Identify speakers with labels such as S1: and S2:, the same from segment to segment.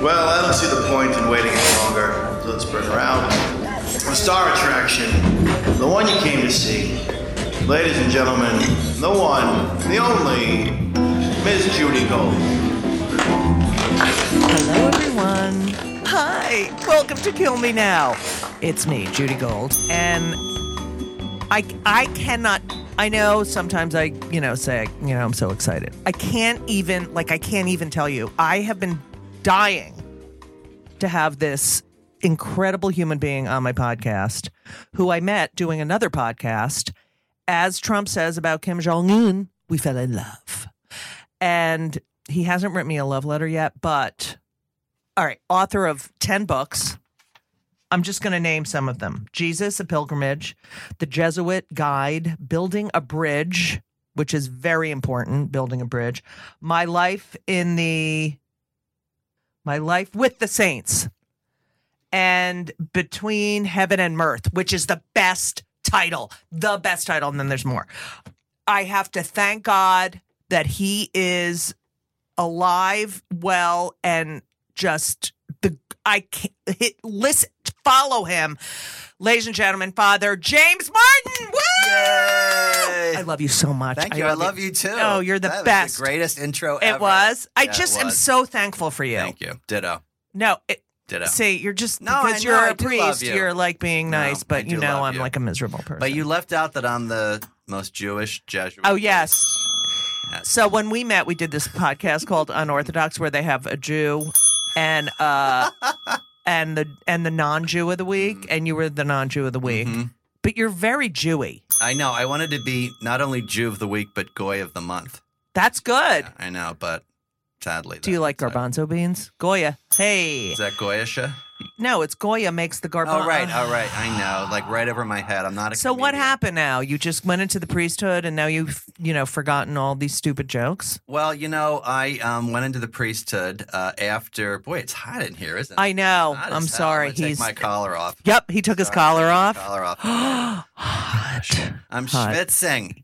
S1: Well, I don't see the point in waiting any longer. So let's bring her out. The star attraction, the one you came to see. Ladies and gentlemen, the one, the only, Miss Judy Gold.
S2: Hello, everyone. Hi. Welcome to Kill Me Now. It's me, Judy Gold, and I I cannot. I know sometimes I you know say you know I'm so excited. I can't even like I can't even tell you. I have been dying to have this incredible human being on my podcast, who I met doing another podcast. As Trump says about Kim Jong Un, we fell in love, and he hasn't written me a love letter yet, but all right, author of 10 books. I'm just going to name some of them Jesus, a Pilgrimage, The Jesuit Guide, Building a Bridge, which is very important, Building a Bridge, My Life in the, My Life with the Saints, and Between Heaven and Mirth, which is the best title, the best title. And then there's more. I have to thank God that he is alive, well, and just the I can't hit, listen, follow him, ladies and gentlemen. Father James Martin. Woo! I love you so much.
S3: Thank you. I, love you. too.
S2: Oh, you're the
S3: That was
S2: best.
S3: the greatest intro
S2: It
S3: ever.
S2: was. I
S3: Yeah, it
S2: just am
S3: was.
S2: so thankful for you.
S3: Thank you. Ditto.
S2: No, it,
S3: Ditto.
S2: see, you're just
S3: No, I
S2: because
S3: know,
S2: you're
S3: I
S2: a
S3: do love
S2: priest.
S3: you.
S2: are like being
S3: No,
S2: nice,
S3: I
S2: but you
S3: do
S2: know
S3: love
S2: I'm
S3: you.
S2: like a miserable person.
S3: But you left out that I'm the most Jewish Jesuit.
S2: Oh, yes.
S3: Yes.
S2: So when we met, we did this podcast called Unorthodox, where they have a Jew and uh and the and the non-Jew of the week,
S3: Mm-hmm.
S2: and you were the non-Jew of the week.
S3: Mhm.
S2: But you're very Jewy.
S3: I know. I wanted to be not only Jew of the week but Goy of the month.
S2: That's good.
S3: Yeah, I know, but sadly.
S2: Do you
S3: that-
S2: like Uh, garbanzo beans? Goya. Hey.
S3: Is that Goyish?
S2: No, it's Goya makes the garbanzo.
S3: Oh right, all right. I know. Like right over my head. I'm not a.
S2: So what
S3: comedian.
S2: happened now? You just went into the priesthood and now you've, you know, forgotten all these stupid jokes?
S3: Well, you know, I um, went into the priesthood uh, after. Boy, it's hot in here, isn't it?
S2: I know.
S3: Hot as
S2: I'm
S3: hell.
S2: sorry.
S3: I'm gonna
S2: He's
S3: take my collar off.
S2: Yep, he took his
S3: Sorry,
S2: collar
S3: my
S2: off.
S3: Collar off.
S2: Hot.
S3: I'm
S2: Hot.
S3: schwitzing.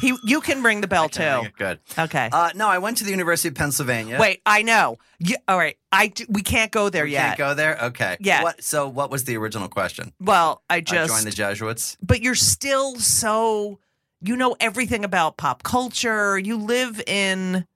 S2: He you can ring the bell too.
S3: Okay, Good.
S2: Okay.
S3: Uh, no, I went to the University of Pennsylvania.
S2: Wait, I know. You, all right, I d- we can't go there
S3: we
S2: yet.
S3: can't go there. Okay.
S2: Yeah.
S3: What, so, what was the original question?
S2: Well, I
S3: I
S2: just
S3: joined the Jesuits.
S2: but you're still so you know everything about pop culture. You live in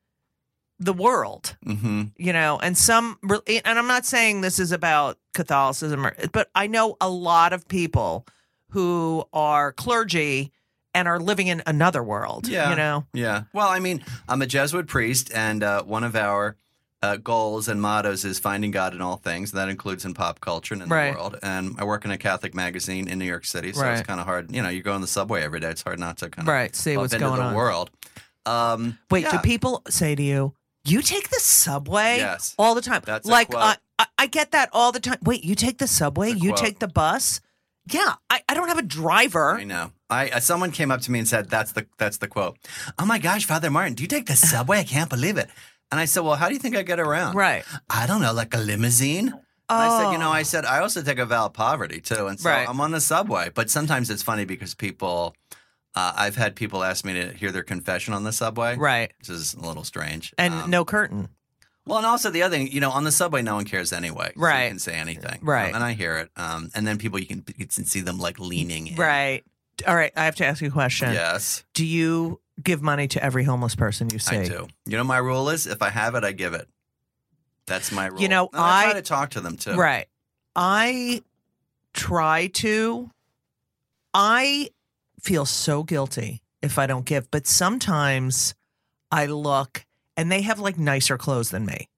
S2: the world,
S3: Mm-hmm.
S2: you know, and some re- and I'm not saying this is about Catholicism or but I know a lot of people who are clergy and are living in another world,
S3: Yeah.
S2: you know.
S3: Yeah. Well, I mean, I'm a Jesuit priest, and uh, one of our uh, goals and mottos is finding God in all things. That includes in pop culture and in
S2: Right.
S3: the world. And I work in a Catholic magazine in New York City, so
S2: Right.
S3: it's kind of hard. You know, you go on the subway every day. It's hard not to kind of
S2: Right, see what's
S3: into
S2: going
S3: the
S2: on.
S3: world. Um,
S2: Wait, do
S3: yeah.
S2: people say to you, "You take the subway
S3: Yes.
S2: all the time"?
S3: That's a
S2: like
S3: quote.
S2: I, I, I get that all the time. Wait, you take the subway,
S3: It's a
S2: you
S3: quote.
S2: take the bus. Yeah, I, I don't have a driver.
S3: I know. I uh, someone came up to me and said that's the that's the quote. Oh my gosh, Father Martin, do you take the subway? I can't believe it. And I said, well, how do you think I get around?
S2: Right. Oh.
S3: I don't know, like a limousine. And I said, you know, I said I also take a vow of poverty too, and so
S2: Right.
S3: I'm on the subway. But sometimes it's funny because people, uh, I've had people ask me to hear their confession on the subway,
S2: right,
S3: which is a little strange.
S2: and
S3: Um,
S2: no curtain.
S3: well, and also the other thing, you know, on the subway, no one cares anyway. so
S2: Right.
S3: you can say anything,
S2: Right.
S3: and I hear it. Um, and then people, you can you can see them like leaning, in.
S2: Right. All right. I have to ask you a question.
S3: Yes.
S2: Do you give money to every homeless person you see?
S3: I do. You know, my rule is if I have it, I give it. That's my rule.
S2: know,
S3: and I,
S2: I-
S3: try to talk to them too.
S2: Right. I try to. I feel so guilty if I don't give, but sometimes I look and they have like nicer clothes than me.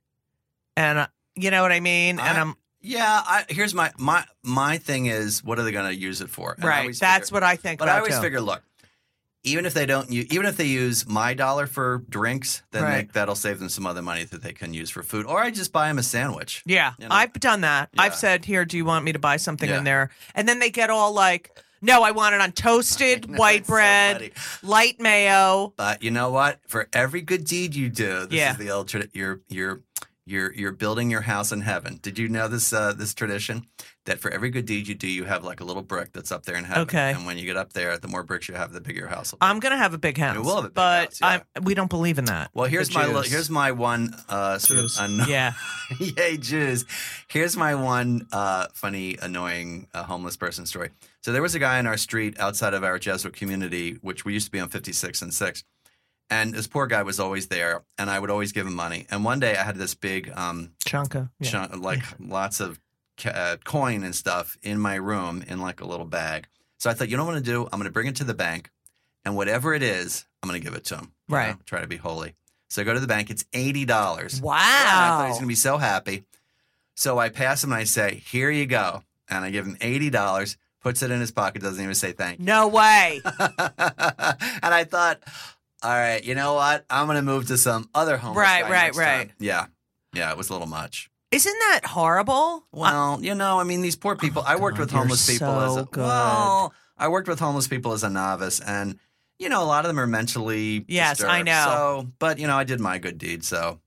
S2: And uh, you know what I mean? and
S3: I-
S2: I'm
S3: Yeah. I, here's my my my thing is what are they going to use it for? And I
S2: right.
S3: always
S2: That's
S3: figure-
S2: what I think
S3: But I
S2: about
S3: always
S2: too.
S3: figure, look, even if they don't, use, even if they use my dollar for drinks, then they-
S2: Right.
S3: that'll save them some other money that they can use for food, or I just buy them a sandwich.
S2: yeah.
S3: you know.
S2: I've done that. I've
S3: Yeah.
S2: said, here, do you want me to buy something
S3: Yeah.
S2: in there? And then they get all like, no, I want it on toasted white
S3: It's so
S2: bread,
S3: funny.
S2: light mayo.
S3: But you know what? For every good deed you do, this
S2: Yeah.
S3: is the old tra- your your You're you're building your house in heaven. Did you know this uh, this tradition that for every good deed you do, you have like a little brick that's up there in heaven.
S2: Okay.
S3: And when you get up there, the more bricks you have, the bigger your house will be.
S2: I'm gonna have a big house.
S3: You will have a big
S2: but
S3: house, yeah.
S2: I'm, we don't believe in that.
S3: well,
S2: The
S3: here's my li-
S2: Jews.
S3: here's my one uh, sort
S2: Jews.
S3: of unknown.
S2: yeah.
S3: Yay, Jews. Here's my one uh, funny, annoying uh, homeless person story. So there was a guy on our street outside of our Jesuit community, which we used to be on 56 and 6. And this poor guy was always there, and I would always give him money. And one day I had this big, um,
S2: Chanka. Yeah.
S3: chunk, like lots of ca- uh, coin and stuff in my room in like a little bag. So I thought, you know what I'm going to do? I'm going to bring it to the bank, and whatever it is, I'm going to give it to him. you
S2: Right.
S3: know, try to be holy. So I go to the bank. It's eighty dollars. And I thought
S2: Wow.
S3: he's going to be so happy. So I pass him and I say, Here you go. And I give him $80, puts it in his pocket, doesn't even say thank you.
S2: no way.
S3: and I thought, All right, you know what? I'm going to move to some other homeless
S2: Right,
S3: guy
S2: right,
S3: next time."
S2: right.
S3: Yeah. Yeah, it was a little much.
S2: Isn't that horrible?
S3: Well, you know, I mean, these poor people. I
S2: Oh,
S3: worked
S2: God,
S3: with
S2: you're
S3: homeless people as
S2: so
S3: a,
S2: good.
S3: well, I worked with homeless people as a novice, and you know, a lot of them are mentally
S2: Yes, I
S3: disturbed.
S2: know.
S3: So, but you know, I did my good deed. So,
S2: Oh,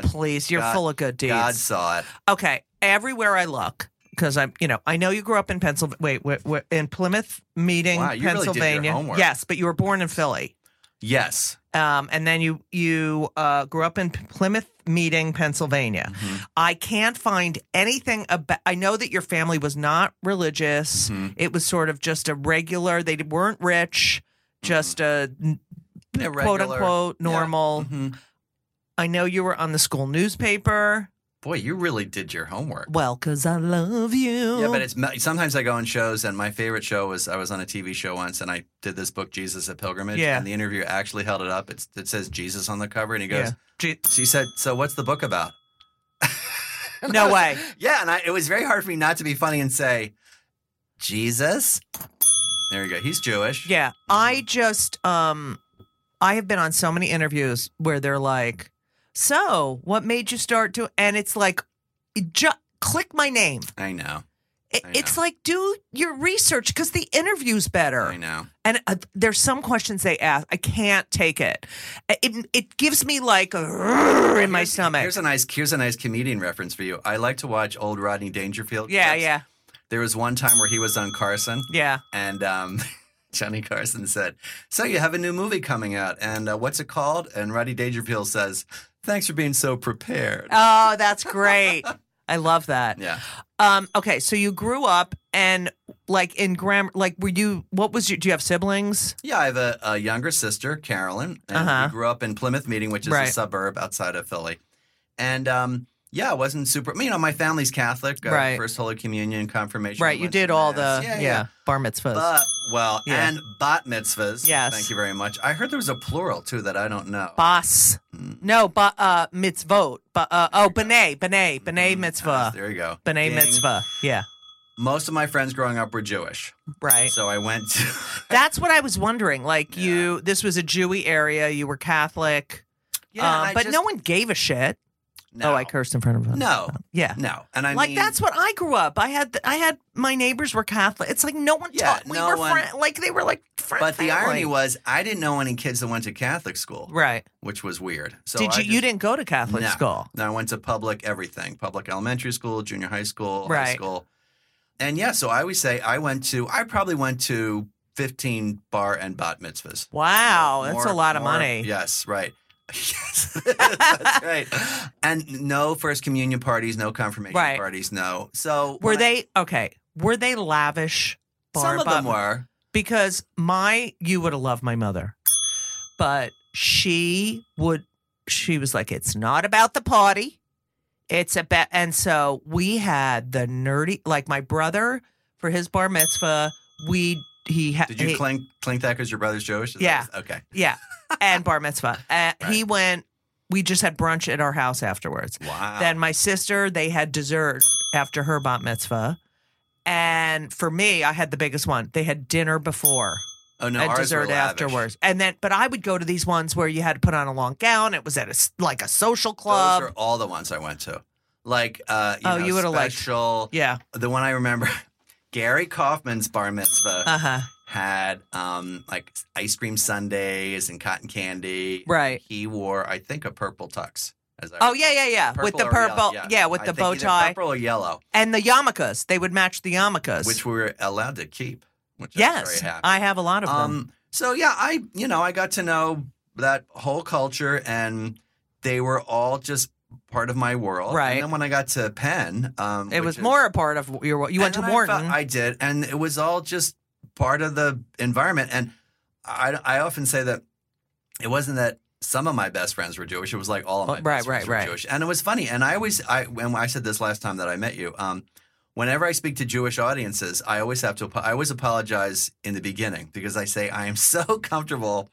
S3: God,
S2: please. You're
S3: God-
S2: full of good deeds.
S3: God saw it.
S2: okay. Everywhere I look, because I'm, you know, I know you grew up in Pennsylvania. Wait, wait, wait, in Plymouth Meeting,
S3: Wow, you really did your
S2: Pennsylvania.
S3: homework.
S2: yes, but you were born in Philly.
S3: Yes,
S2: Um, and then you you uh, grew up in Plymouth Meeting, Pennsylvania.
S3: Mm-hmm.
S2: I can't find anything about. I know that your family was not religious.
S3: Mhm.
S2: It was sort of just a regular. They weren't rich. Just a n-
S3: Yeah,
S2: quote
S3: Mm-hmm. regular.
S2: unquote
S3: Yeah. Mm-hmm.
S2: normal. I know you were on the school newspaper.
S3: Boy, you really did your homework.
S2: Well, cause I love you.
S3: Yeah, but it's me- sometimes I go on shows, and my favorite show was I was on a TV show once, and I did this book, Jesus a Pilgrimage.
S2: Yeah.
S3: And the interviewer actually held it up. It's, it says Jesus on the cover, and he goes,
S2: Yeah. Gee-
S3: She said, "So what's the book about?" And
S2: No
S3: I was-
S2: way.
S3: Yeah, and I, it was very hard for me not to be funny and say, "Jesus." There you go. He's Jewish.
S2: Yeah. I just um I have been on so many interviews where they're like, "So, what made you start to?" And it's like, ju- click my name.
S3: I know.
S2: It,
S3: I know.
S2: it's like, do your research because the interview's better.
S3: I know.
S2: And uh, there's some questions they ask, I can't take it. It it gives me like a in my
S3: Here's-
S2: stomach.
S3: Here's a nice. Here's a nice comedian reference for you. I like to watch old Rodney Dangerfield.
S2: yeah,
S3: clips.
S2: yeah,
S3: There was one time where he was on Carson,
S2: yeah.
S3: and um, Johnny Carson said, "So you have a new movie coming out, and uh, what's it called?" And Roddy Dangerfield says, "Thanks for being so prepared."
S2: Oh, that's great. I love that.
S3: yeah,
S2: Um, okay, so you grew up and like in grammar, like were you? What was your? Do you have siblings?
S3: yeah. I have a, a younger sister, Carolyn, and
S2: Uh-huh.
S3: we grew up in Plymouth Meeting, which is a
S2: Right.
S3: suburb outside of Philly, and um, yeah, I wasn't super. You know, my family's Catholic. uh,
S2: Right.
S3: First Holy Communion, confirmation.
S2: Right, you
S3: went to
S2: did all
S3: Mass.
S2: the yeah, bar mitzvahs.
S3: But, well,
S2: Yeah.
S3: and bat mitzvahs.
S2: Yes.
S3: Thank you very much. I heard there was a plural too that I don't know.
S2: Bas,
S3: Mm.
S2: no, but uh, mitzvot, but uh, oh, b'nai, b'nai, b'nai
S3: Mm, yes,
S2: mitzvah,
S3: There you go.
S2: b'nai
S3: Ding.
S2: mitzvah. Yeah,
S3: Most of my friends growing up were Jewish,
S2: right.
S3: so I went. To,
S2: That's what I was wondering. Like you, this was a Jewy area. You were Catholic,
S3: Yeah,
S2: um,
S3: and I
S2: but
S3: just-
S2: no one gave a shit.
S3: No,
S2: Oh, I cursed in front of him.
S3: No,
S2: yeah.
S3: no, and I
S2: like
S3: mean,
S2: that's what I grew up. I had I had my neighbors were Catholic. It's like no one
S3: Yeah,
S2: taught. We
S3: no
S2: were
S3: one-
S2: friend, like they were like friend
S3: But the
S2: family.
S3: irony was, I didn't know any kids that went to Catholic school,
S2: right.
S3: which was weird. So
S2: Did
S3: I
S2: you
S3: just-
S2: you didn't go to Catholic
S3: No.
S2: school?
S3: No, I went to public everything, public elementary school, junior high school, high
S2: Right.
S3: school, and yeah. So I always say I went to. I probably went to fifteen bar and bat mitzvahs.
S2: Wow, that's
S3: More-
S2: a lot of
S3: more-
S2: money.
S3: Yes, right. Yes, that's right. And no first communion parties, no confirmation
S2: Right.
S3: parties, no. So
S2: Were
S3: when I-
S2: they okay? Were they lavish?
S3: Some
S2: bar
S3: of them
S2: bop-
S3: were.
S2: because my you would have loved my mother, but she would. She was like, "It's not about the party, it's about." And so we had the nerdy, like my brother for his bar mitzvah. We he had
S3: Did you clink clink that because your brother's Jewish? Is that-
S2: Yeah.
S3: okay.
S2: yeah, and bar mitzvah. Uh, He
S3: Right.
S2: went. We just had brunch at our house afterwards.
S3: Wow.
S2: Then my sister, they had dessert after her bat mitzvah. And for me, I had the biggest one. They had dinner before
S3: oh no,
S2: and
S3: ours were
S2: dessert
S3: lavish.
S2: afterwards. And then, but I would go to these ones where you had to put on a long gown. It was at a, s- like a social club.
S3: Those are all the ones I went to. Like uh, you
S2: Oh,
S3: know,
S2: you would've liked-
S3: special.
S2: yeah.
S3: The one I remember, Gary Kaufman's bar mitzvah
S2: Uh huh.
S3: had um like ice cream sundaes and cotton candy.
S2: Right.
S3: He wore, I think, a purple tux. As I
S2: Oh yeah, yeah, yeah.
S3: Purple
S2: with the
S3: or yellow,
S2: purple, yeah. with
S3: I
S2: the
S3: think
S2: bow
S3: either
S2: tie
S3: purple or yellow,
S2: and the yarmulkes. They would match the yarmulkes.
S3: which we were allowed to keep. Which I'm
S2: yes,
S3: very happy.
S2: I have a lot of them.
S3: Um, so yeah, I you know I got to know that whole culture, and they were all just part of my world.
S2: Right.
S3: And then when I got to Penn, um,
S2: it
S3: which
S2: was
S3: is-
S2: more a part of your. You went to
S3: and
S2: Wharton.
S3: I, felt- I did, and it was all just part of the environment. And I, I often say that it wasn't that some of my best friends were Jewish. It was like all of my
S2: Oh, right,
S3: best friends
S2: right,
S3: were
S2: right.
S3: Jewish, and it was funny. And I always, I when I said this last time that I met you, um, whenever I speak to Jewish audiences, I always have to, apo- I always apologize in the beginning because I say I am so comfortable.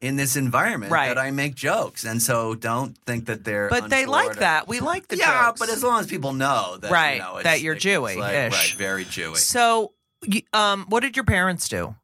S3: In this environment,
S2: Right.
S3: that I make jokes, and so don't think that they're.
S2: but they
S3: untoward
S2: like
S3: or-
S2: that. We like the
S3: yeah,
S2: jokes.
S3: but as long as people know that
S2: Right,
S3: you know, it's-
S2: that you're
S3: it's like-
S2: Jewish-ish.
S3: right, very Jewish.
S2: so, you- um, what did your parents do?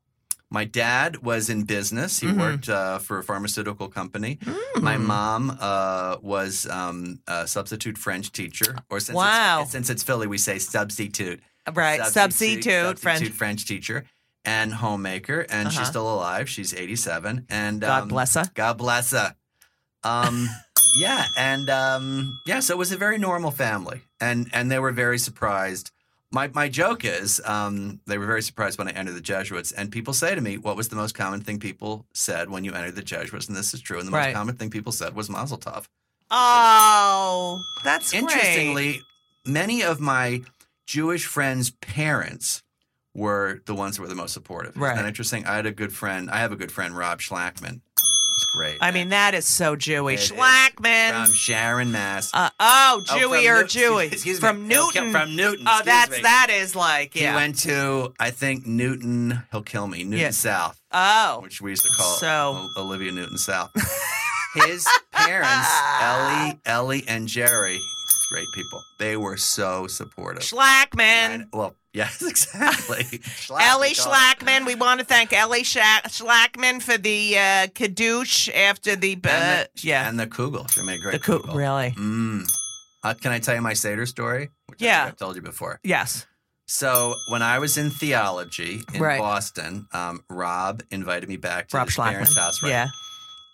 S3: My dad was in business. He
S2: Mhm.
S3: worked uh, for a pharmaceutical company.
S2: Mm.
S3: My mom uh, was um, a substitute French teacher, or since
S2: Wow.
S3: it's, since it's Philly, we say substitute.
S2: right substitute,
S3: substitute
S2: friend.
S3: French teacher and homemaker, and
S2: Uh-huh.
S3: she's still alive. She's 87, and
S2: God
S3: um,
S2: bless her.
S3: God bless her. Um, yeah, and um, yeah, so it was a very normal family, and and they were very surprised. My my joke is um, they were very surprised when I entered the Jesuits, and people say to me, "What was the most common thing people said when you entered the Jesuits?" And this is true, and the
S2: Right.
S3: most common thing people said was Mazel Tov.
S2: Oh, that's great.
S3: Interestingly, many of my Jewish friends' parents were the ones that were the most supportive. Isn't
S2: Right.
S3: that interesting? I had a good friend. I have a good friend, Rob Schlackman. He's great.
S2: I mean, that is so Jewy.
S3: It is.
S2: Schlackman.
S3: from Sharon, Mass.
S2: uh, oh,
S3: Oh,
S2: Jewy
S3: from
S2: or
S3: Newt-
S2: Jewy.
S3: Excuse me.
S2: from
S3: He'll
S2: Newton.
S3: kill- From Newton.
S2: oh,
S3: excuse
S2: that's
S3: me.
S2: that is like
S3: He
S2: yeah.
S3: went to, I think, Newton. He'll kill me. Newton
S2: Yeah.
S3: South,
S2: oh,
S3: which we used to call
S2: So-
S3: O- Olivia Newton South. His parents, Ellie, Ellie, and Jerry, great people. They were so supportive.
S2: Schlackman.
S3: And- well, yes, exactly. Schlack,
S2: Ellie
S3: we call
S2: Schlackman, we want to thank Ellie Sha- Schlackman for the uh, Kadoosh after the.
S3: it. And
S2: Uh,
S3: the-
S2: yeah.
S3: and the Kugel. She made great
S2: The coup, really?
S3: Mm. Uh, can I tell you my Seder story? Which I think
S2: Yeah.
S3: I've told you before.
S2: Yes.
S3: So when I was in theology in
S2: Right.
S3: Boston, um, Rob invited me back to
S2: Rob
S3: his parents'
S2: Schlackman.
S3: house, right?
S2: Yeah,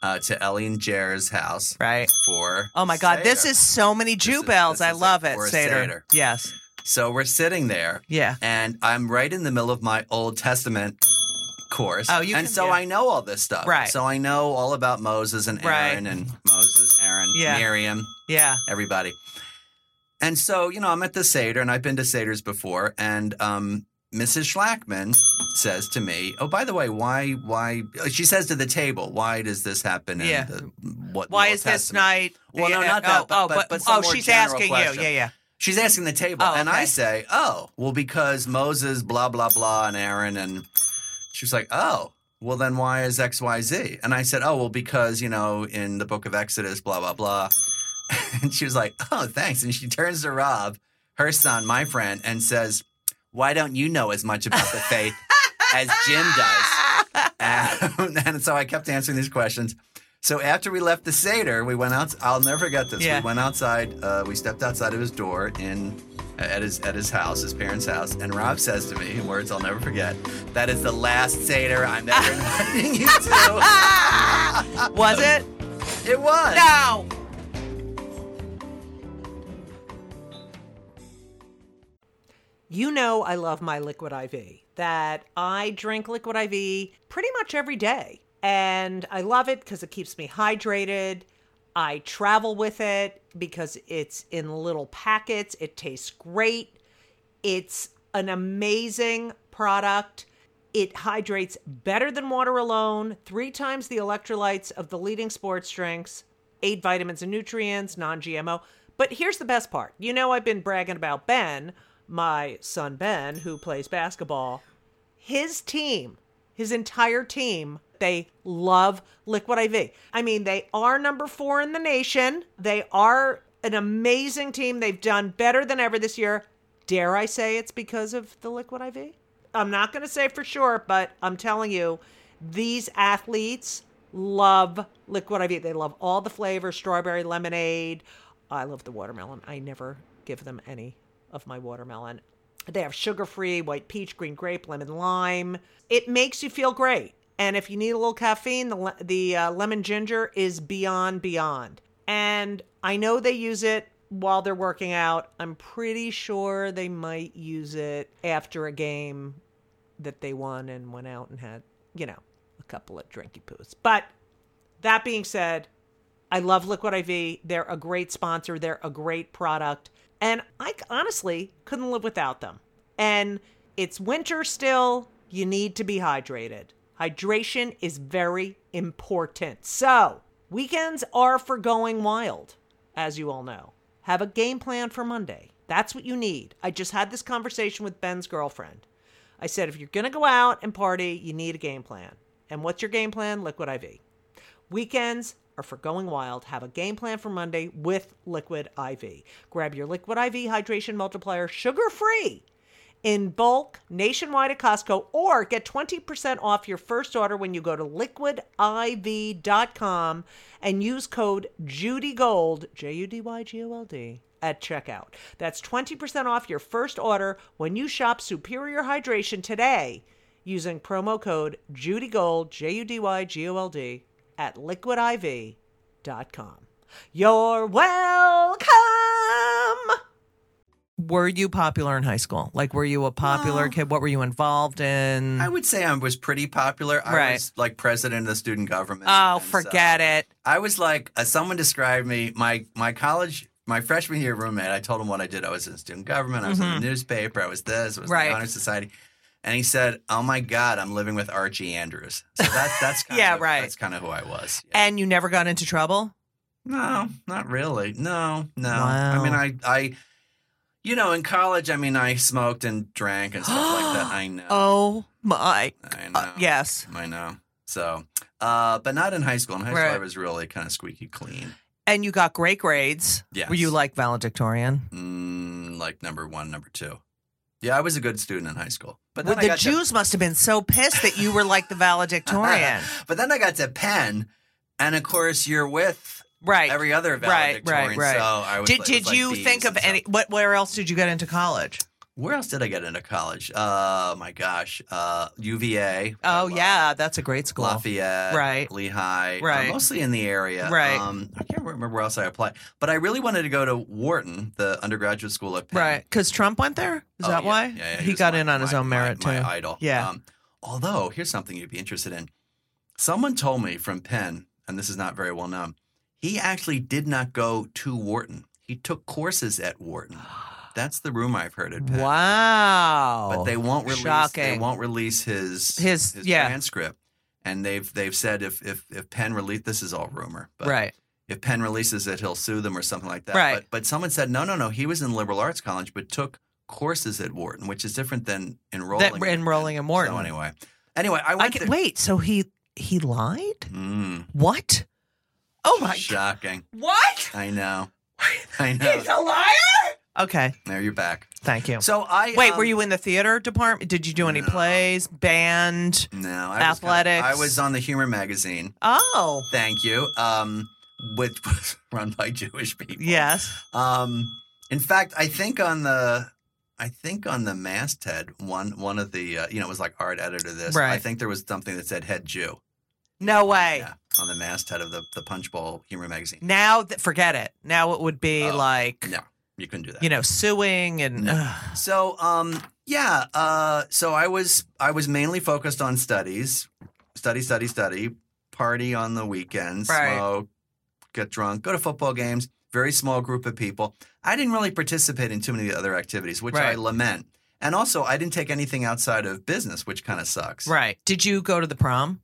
S3: Uh, to Ellie and Jer's house
S2: right.
S3: for.
S2: Oh my God, this
S3: Seder.
S2: is so many Jew
S3: is-
S2: bells.
S3: this
S2: I
S3: is a-
S2: love it,
S3: for a
S2: Seder.
S3: Seder.
S2: Yes.
S3: So we're sitting there,
S2: Yeah.
S3: and I'm right in the middle of my Old Testament course.
S2: Oh, you
S3: and
S2: can
S3: so
S2: do-
S3: I know all this stuff.
S2: Right.
S3: So I know all about Moses and
S2: Right.
S3: Aaron and Moses, Aaron,
S2: Yeah.
S3: Miriam.
S2: Yeah.
S3: everybody. And so, you know, I'm at the Seder and I've been to Seders before. And um, Mrs. Schlackman says to me, Oh, by the way, why, why, she says to the table, why does this happen? in
S2: Yeah.
S3: the- what, the
S2: Why
S3: Old
S2: is this
S3: Testament?"
S2: night?
S3: Well, no,
S2: yeah,
S3: not that,
S2: Oh,
S3: but-
S2: oh,
S3: but- but some
S2: oh,
S3: more
S2: she's
S3: general
S2: asking
S3: question.
S2: you. Yeah, yeah.
S3: She's asking the table.
S2: Oh,
S3: and I
S2: okay.
S3: say, Oh, well, because Moses, blah, blah, blah, and Aaron. And she was like, Oh, well, then why is XYZ? And I said, Oh, well, because, you know, in the book of Exodus, blah, blah, blah. And she was like, Oh, thanks. And she turns to Rob, her son, my friend, and says, Why don't you know as much about the faith as Jim does? And, and so I kept answering these questions. So after we left the Seder, we went out. I'll never forget this.
S2: Yeah.
S3: We went outside. Uh, we stepped outside of his door in at his at his house, his parents' house. And Rob says to me, in words I'll never forget, "That is the last Seder I'm ever inviting you to."
S2: Was it?
S3: It was.
S2: No.
S4: You know, I love my liquid IV, that I drink liquid IV pretty much every day. And I love it because it keeps me hydrated. I travel with it because it's in little packets, it tastes great. It's an amazing product. It hydrates better than water alone, three times the electrolytes of the leading sports drinks, eight vitamins and nutrients, non GMO. But here's the best part you know, I've been bragging about Ben, my son Ben, who plays basketball. His team, his entire team, they love Liquid IV. I mean, they are number four in the nation. They are an amazing team. They've done better than ever this year. Dare I say it's because of the Liquid IV? I'm not going to say for sure, but I'm telling you, these athletes love Liquid IV. They love all the flavors strawberry, lemonade. I love the watermelon. I never give them any of my watermelon. They have sugar free, white peach, green grape, lemon lime. It makes you feel great. And if you need a little caffeine, the, le- the uh, lemon ginger is beyond, beyond. And I know they use it while they're working out. I'm pretty sure they might use it after a game that they won and went out and had, you know, a couple of drinky poos. But that being said, I love Liquid IV. They're a great sponsor, they're a great product. And I honestly couldn't live without them. And it's winter still. You need to be hydrated. Hydration is very important. So, weekends are for going wild, as you all know. Have a game plan for Monday. That's what you need. I just had this conversation with Ben's girlfriend. I said, if you're going to go out and party, you need a game plan. And what's your game plan? Liquid IV. Weekends are for going wild. Have a game plan for Monday with Liquid IV. Grab your Liquid IV hydration multiplier sugar free in bulk nationwide at Costco or get 20% off your first order when you go to liquidiv.com and use code JUDYGOLD, J U D Y G O L D, at checkout. That's 20% off your first order when you shop Superior Hydration today using promo code JUDYGOLD, J U D Y G O L D, at liquidiv.com. You're welcome!
S2: Were you popular in high school? Like, were you a popular
S3: Well-
S2: kid? What were you involved in?
S3: I would say I was pretty popular. I
S2: Right.
S3: was like president of the student government.
S2: oh,
S3: and so-
S2: forget it.
S3: I was like, uh, someone described me. My my college, my freshman year roommate. I told him what I did. I was in student government. I was in the newspaper. I was this. I was in
S2: Mm-hmm. Right.
S3: the honor society. And he said, "Oh my God, I'm living with Archie Andrews." So that, that's kind
S2: Yeah,
S3: of,
S2: right.
S3: That's kind of who I was. Yeah.
S2: And you never got into trouble?
S3: No, not really. No, no.
S2: Wow.
S3: I mean, I, I, you know, in college, I mean, I smoked and drank and stuff like that. I know.
S2: Oh, my.
S3: I know.
S2: Uh, yes.
S3: I know. So, uh, but not in high school. In high school, I
S2: Right.
S3: was really kind of squeaky clean.
S2: And you got great grades.
S3: Yes.
S2: Were you like valedictorian?
S3: Mm, like number one, number two. Yeah, I was a good student in high school. But then
S2: Well,
S3: I
S2: the
S3: got
S2: Jews must have been so pissed that you were like the
S3: to,
S2: valedictorian.
S3: but then I got to Penn, and of course you're with
S2: right.
S3: every other
S2: Right, right,
S3: valedictorian.
S2: right.
S3: So I was.
S2: did
S3: like- it was
S2: did
S3: like
S2: you
S3: Bs
S2: think of
S3: and stuff.
S2: any what where else did you get into college?
S3: Where else did I get into college? Uh, my gosh, uh, UVA.
S2: Oh
S3: uh,
S2: yeah, that's a great school.
S3: Lafayette,
S2: Right.
S3: Lehigh, uh,
S2: Right.
S3: mostly in the area.
S2: Right.
S3: Um, I can't remember where else I applied, but I really wanted to go to Wharton, the undergraduate school at Penn.
S2: Right, because Trump went there. Is
S3: Oh,
S2: that
S3: yeah,
S2: why
S3: yeah, yeah,
S2: he,
S3: was
S2: got
S3: my-
S2: in on his
S3: my-
S2: own
S3: my-
S2: merit
S3: my,
S2: too?
S3: idol.
S2: Yeah.
S3: Um, although here's something you'd be interested in. Someone told me from Penn, and this is not very well known. He actually did not go to Wharton. He took courses at Wharton. That's the rumor I've heard at Penn.
S2: Wow.
S3: But they won't release. They
S2: Shocking.
S3: won't release his
S2: His- yeah.
S3: transcript. And they've they've said if if if Penn release this is all rumor. But
S2: right.
S3: if Penn releases it, he'll sue them or something like that.
S2: Right.
S3: But, but someone said, no, no, no. He was in liberal arts college, but took courses at Wharton, which is different than enrolling.
S2: That enrolling in Wharton.
S3: So anyway, anyway, I
S2: I
S3: went
S2: can,
S3: there.
S2: wait. So he he lied?
S3: Mm,
S2: What? Oh my.
S3: shocking.
S2: What?
S3: I know. I know.
S2: a liar. Okay.
S3: Now you're back.
S2: Thank you.
S3: So I
S2: wait,
S3: um,
S2: were you in the theater department? Did you do any
S3: No.
S2: plays, band?
S3: No, I was kinda-
S2: Athletics?
S3: I was on the humor magazine.
S2: Oh,
S3: Thank you. Um, with run by Jewish people.
S2: yes.
S3: Um, in fact, I think on the, I think on the masthead, one one of the, uh, you know, it was like art editor. This, I
S2: Right.
S3: think there was something that said head Jew.
S2: No way.
S3: Yeah, on the masthead of the the Punchbowl humor magazine.
S2: Now, th- forget it. Now it would be
S3: Oh,
S2: like,
S3: No, you couldn't do that.
S2: you know, suing and
S3: No.
S2: ugh.
S3: So, um, yeah. Uh, so I was I was mainly focused on studies, study, study, study, party on the weekends,
S2: Right.
S3: smoke, get drunk, go to football games. Very small group of people. I didn't really participate in too many of the other activities, which I
S2: Right.
S3: lament. And also, I didn't take anything outside of business, which kind of sucks.
S2: right. Did you go to the prom?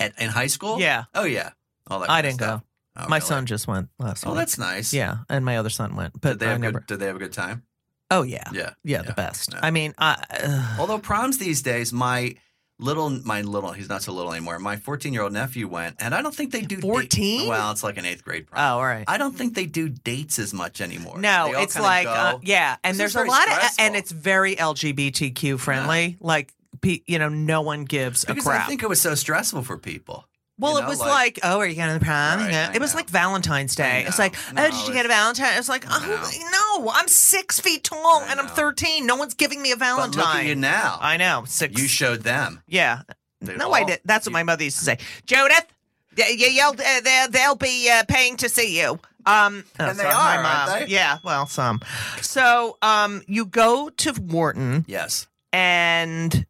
S3: At, in high school?
S2: Yeah,
S3: Oh yeah. All that.
S2: I
S3: kind of
S2: didn't go.
S3: stuff. Oh,
S2: my
S3: really?
S2: son just went last
S3: Oh,
S2: week.
S3: that's nice.
S2: yeah, and my other son went, but
S3: Did they
S2: I
S3: have
S2: never.
S3: good, Did they have a good time?
S2: Oh yeah. yeah,
S3: Yeah.
S2: the best.
S3: yeah.
S2: I mean, I, ugh.
S3: Although proms these days, my little, my little, he's not so little anymore. My 14 year old nephew went, and I don't think they do date-
S2: 14?
S3: Well, it's like an eighth grade
S2: oh,
S3: prom.
S2: all right.
S3: I don't think they do dates as much anymore. They
S2: no,
S3: all
S2: it's
S3: kinda
S2: like
S3: go-
S2: uh, yeah, and
S3: This is
S2: there's a
S3: very
S2: lot
S3: stressful.
S2: of and it's very LGBTQ friendly. Like pe- you know, no one gives
S3: because
S2: a crap.
S3: I think it was so stresseful for people.
S2: Well,
S3: you
S2: it
S3: know,
S2: was
S3: like-
S2: like, oh, are you going to the prom?
S3: Right,
S2: You know,
S3: I
S2: it was
S3: know.
S2: like Valentine's Day. It's
S3: know.
S2: like,
S3: No,
S2: oh, did you get
S3: it's-
S2: a Valentine? It's like, oh, no, I'm six feet tall
S3: I
S2: and I'm
S3: know.
S2: 13. No one's giving me a
S3: But look at you
S2: Valentine.
S3: now.
S2: I know, six.
S3: you showed them.
S2: yeah.
S3: They
S2: No,
S3: all-
S2: I did. That's what
S3: you-
S2: my mother used to say. Judith, Yeah, yeah, you'll, uh, they'll, they'll be uh, paying to see you. Um,
S3: And they
S2: so
S3: Oh, are,
S2: hi,
S3: aren't
S2: Mom.
S3: they?
S2: um, Yeah, well, some. So um, you go to Wharton
S3: Yes.
S2: and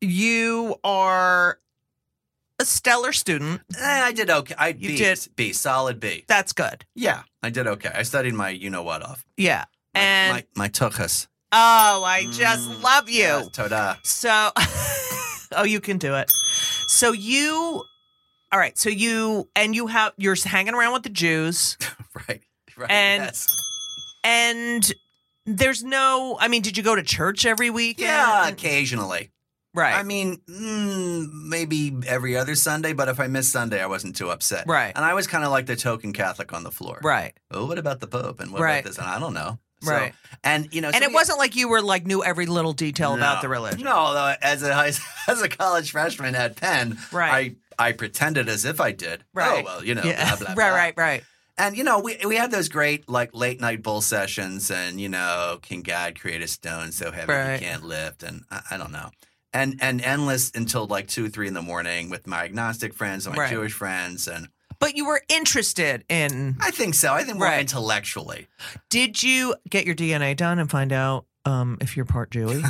S2: you are a stellar student.
S3: Eh, I did okay. I
S2: You
S3: B,
S2: did-
S3: B, solid B.
S2: That's good.
S3: Yeah, I did okay. I studied my you know what off.
S2: Yeah.
S3: My,
S2: and
S3: my, my tuchus.
S2: oh, I just
S3: Mm,
S2: love you.
S3: Yes, toda.
S2: So, oh, you can do it. So you, all right. So you and you have you're hanging around with the Jews,
S3: Right. Right.
S2: And-
S3: yes.
S2: and there's no. I mean, did you go to church every week?
S3: yeah, occasionally.
S2: right.
S3: I mean, mm, maybe every other Sunday, but if I missed Sunday, I wasn't too upset.
S2: Right.
S3: And I was kind of like the token Catholic on the floor.
S2: right.
S3: Oh, what about the Pope? And what
S2: Right.
S3: about this? And I don't know.
S2: Right.
S3: And you know,
S2: and
S3: so
S2: it
S3: we-
S2: wasn't like you were like knew every little detail about
S3: No.
S2: the religion.
S3: No, although as a high, as a college freshman at Penn,
S2: Right.
S3: I I pretended as if I did.
S2: Right.
S3: Oh well, you know,
S2: yeah.
S3: blah blah.
S2: right.
S3: blah.
S2: Right. Right.
S3: And you know, we we had those great like late night bull sessions, and you know, can God create a stone so heavy
S2: Right.
S3: he can't lift? And I, I don't know, and and endless until like two, three in the morning with my agnostic friends and my
S2: Right.
S3: Jewish friends, and
S2: But you were interested in.
S3: I think so. I think more
S2: Right.
S3: intellectually.
S2: Did you get your DNA done and find out um, if you're part Jewy?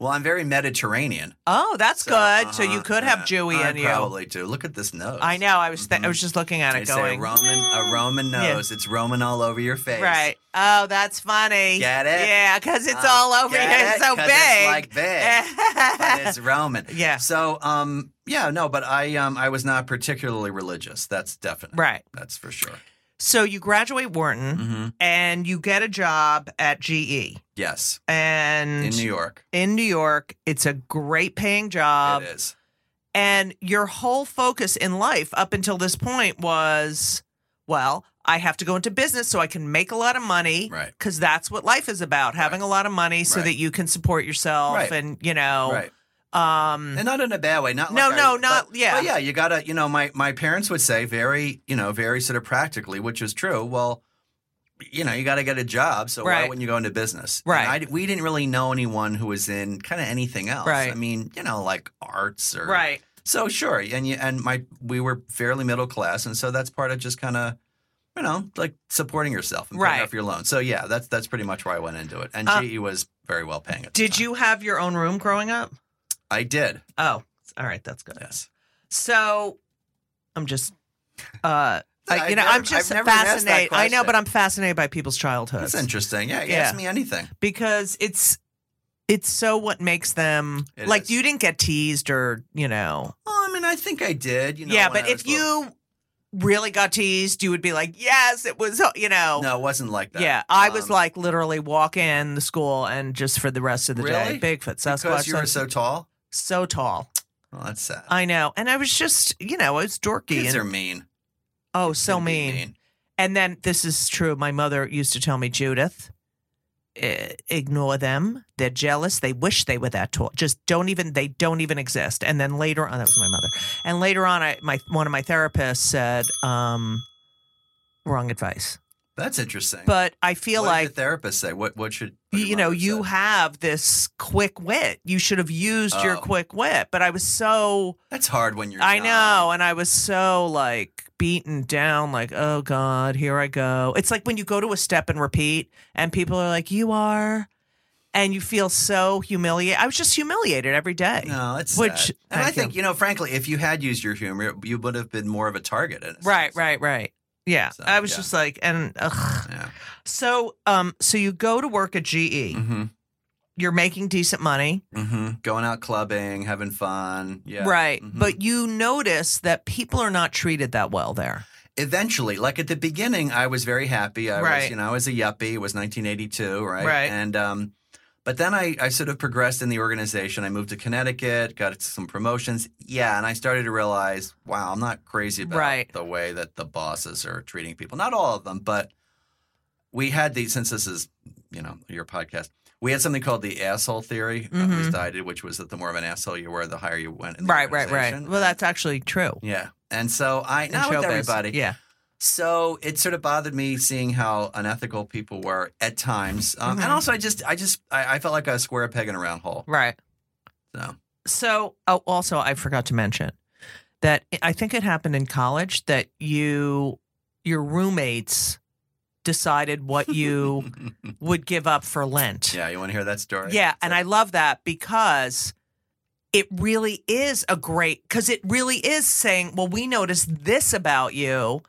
S3: Well, I'm very Mediterranean.
S2: oh, that's
S3: so,
S2: good. so you
S3: uh-huh,
S2: could have
S3: yeah,
S2: Jewy
S3: I
S2: in you.
S3: Probably do. Look at this nose.
S2: I know. I was th- I
S3: Mhm.
S2: was just looking at
S3: They
S2: it,
S3: say
S2: going
S3: a Roman, a Roman
S2: Yeah.
S3: nose. It's Roman all over your face.
S2: right. Oh, that's funny.
S3: Get it?
S2: Yeah, because it's
S3: Uh,
S2: all over.
S3: get
S2: here.
S3: it?
S2: It's so
S3: 'Cause
S2: big.
S3: It's like big. but it's Roman.
S2: Yeah.
S3: So, um, yeah, no, but I, um, I was not particularly religious. That's definite.
S2: right.
S3: That's for sure.
S2: So you graduate Wharton
S3: Mm-hmm.
S2: and you get a job at GE
S3: Yes,
S2: and
S3: in New York,
S2: in New York. It's a great paying job.
S3: it is.
S2: And your whole focus in life up until this point was, well, I have to go into business so I can make a lot of money.
S3: Right.
S2: Because that's what life is about having a lot of money so
S3: Right.
S2: that you can support yourself
S3: Right.
S2: and, you know,
S3: Right.
S2: um,
S3: And not in a bad way. Not
S2: oh. No,
S3: like I-
S2: no, not-
S3: but-
S2: yeah.
S3: But yeah, you gotta. You know, my my parents would say very, you know, very sort of practically, which is true. Well, you know, you got to get a job. So
S2: Right.
S3: why wouldn't you go into business?
S2: Right.
S3: And I, we didn't really know anyone who was in kind of anything else.
S2: Right.
S3: I mean, you know, like arts or
S2: right.
S3: So sure, and you, and my we were fairly middle class, and so that's part of just kind of, you know, like supporting yourself and paying
S2: Right.
S3: off your loan. So yeah, that's that's pretty much where I went into it. And
S2: Uh,
S3: GE was very well paying. At the
S2: Did
S3: time.
S2: you have your own room growing up?
S3: I did.
S2: Oh, all right. That's good.
S3: Yes.
S2: So I'm just, uh, I,
S3: I've
S2: you know,
S3: never-
S2: I'm just
S3: I've never been asked that
S2: fascinated. I know,
S3: question.
S2: but I'm fascinated by people's childhoods
S3: That's interesting. Yeah, yeah.
S2: Yeah.
S3: Ask me anything.
S2: because it's, it's so what makes them
S3: It
S2: like
S3: is.
S2: you didn't get teased or, you know,
S3: Well, I mean, I think I did. You know.
S2: yeah,
S3: when
S2: but
S3: I
S2: if
S3: was little-
S2: you really got teased, you would be like, yes, it was, you know,
S3: no, it wasn't like that.
S2: yeah, I was
S3: Um,
S2: like literally walk in the school and just for the rest of the
S3: Really?
S2: day, Bigfoot, Sasquatch,
S3: because you were so tall.
S2: so tall.
S3: Well, that's sad.
S2: I know, and I was just, you know, I was dorky
S3: Kids
S2: and
S3: are mean.
S2: oh, so
S3: Can be
S2: mean. And then this is true. My mother used to tell me, Judith, eh, ignore them. They're jealous. They wish they were that tall. Just don't even. They don't even exist. And then later on, that was my mother. And later on, I my one of my therapists said, um, wrong advice.
S3: That's interesting.
S2: But I feel
S3: what
S2: like
S3: did the therapist say what what should what your
S2: you know
S3: mother
S2: you
S3: said?
S2: have this quick wit. You should have used your
S3: Oh.
S2: quick wit. But I was so
S3: that's hard when you're
S2: I
S3: young.
S2: know. And I was so like beaten down, like, oh God, here I go. It's like when you go to a step and repeat, and people are like, you are. And you feel so humiliated. I was just humiliated every day.
S3: No, it's
S2: Which-
S3: sad. and I
S2: thank you.
S3: think you know, frankly, if you had used your humor, you would have been more of a target. In a
S2: Right,
S3: sense.
S2: right, right. Yeah.
S3: So,
S2: I was
S3: yeah.
S2: just like, and ugh.
S3: Yeah.
S2: So, um, so you go to work at GE.
S3: Mm-hmm.
S2: You're making decent money,
S3: Mm-hmm. Going out clubbing, having fun. Yeah.
S2: right?
S3: Mhm.
S2: But you notice that people are not treated that well there,
S3: eventually, like at the beginning, I was very happy. I
S2: Right.
S3: was, you know, I was a yuppie. It was 1982, right?
S2: Right.
S3: And um, but then I, I sort of progressed in the organization. I moved to Connecticut, got some promotions. Yeah, and I started to realize, wow, I'm not crazy about
S2: Right.
S3: the way that the bosses are treating people. Not all of them, but we had the since this is, you know, your podcast. We had something called the asshole theory. At
S2: Mhm.
S3: least I did, which was that the more of an asshole you were, the higher you went. In the
S2: right? Right? Right?
S3: organization.
S2: Well, that's actually true.
S3: yeah. And so I
S2: in
S3: now with
S2: showbiz.
S3: everybody.
S2: yeah,
S3: So it sort of bothered me seeing how unethical people were at times, um,
S2: Mhm.
S3: and also I just, I just, I, I felt like a square peg in a round hole.
S2: right.
S3: So
S2: So, oh, also, I forgot to mention that I think it happened in college that you your roommates decided what you would give up for Lent.
S3: Yeah, you want to hear that story?
S2: Yeah, and I love that because it really is a great because it really is saying, "Well, we noticed this about you,"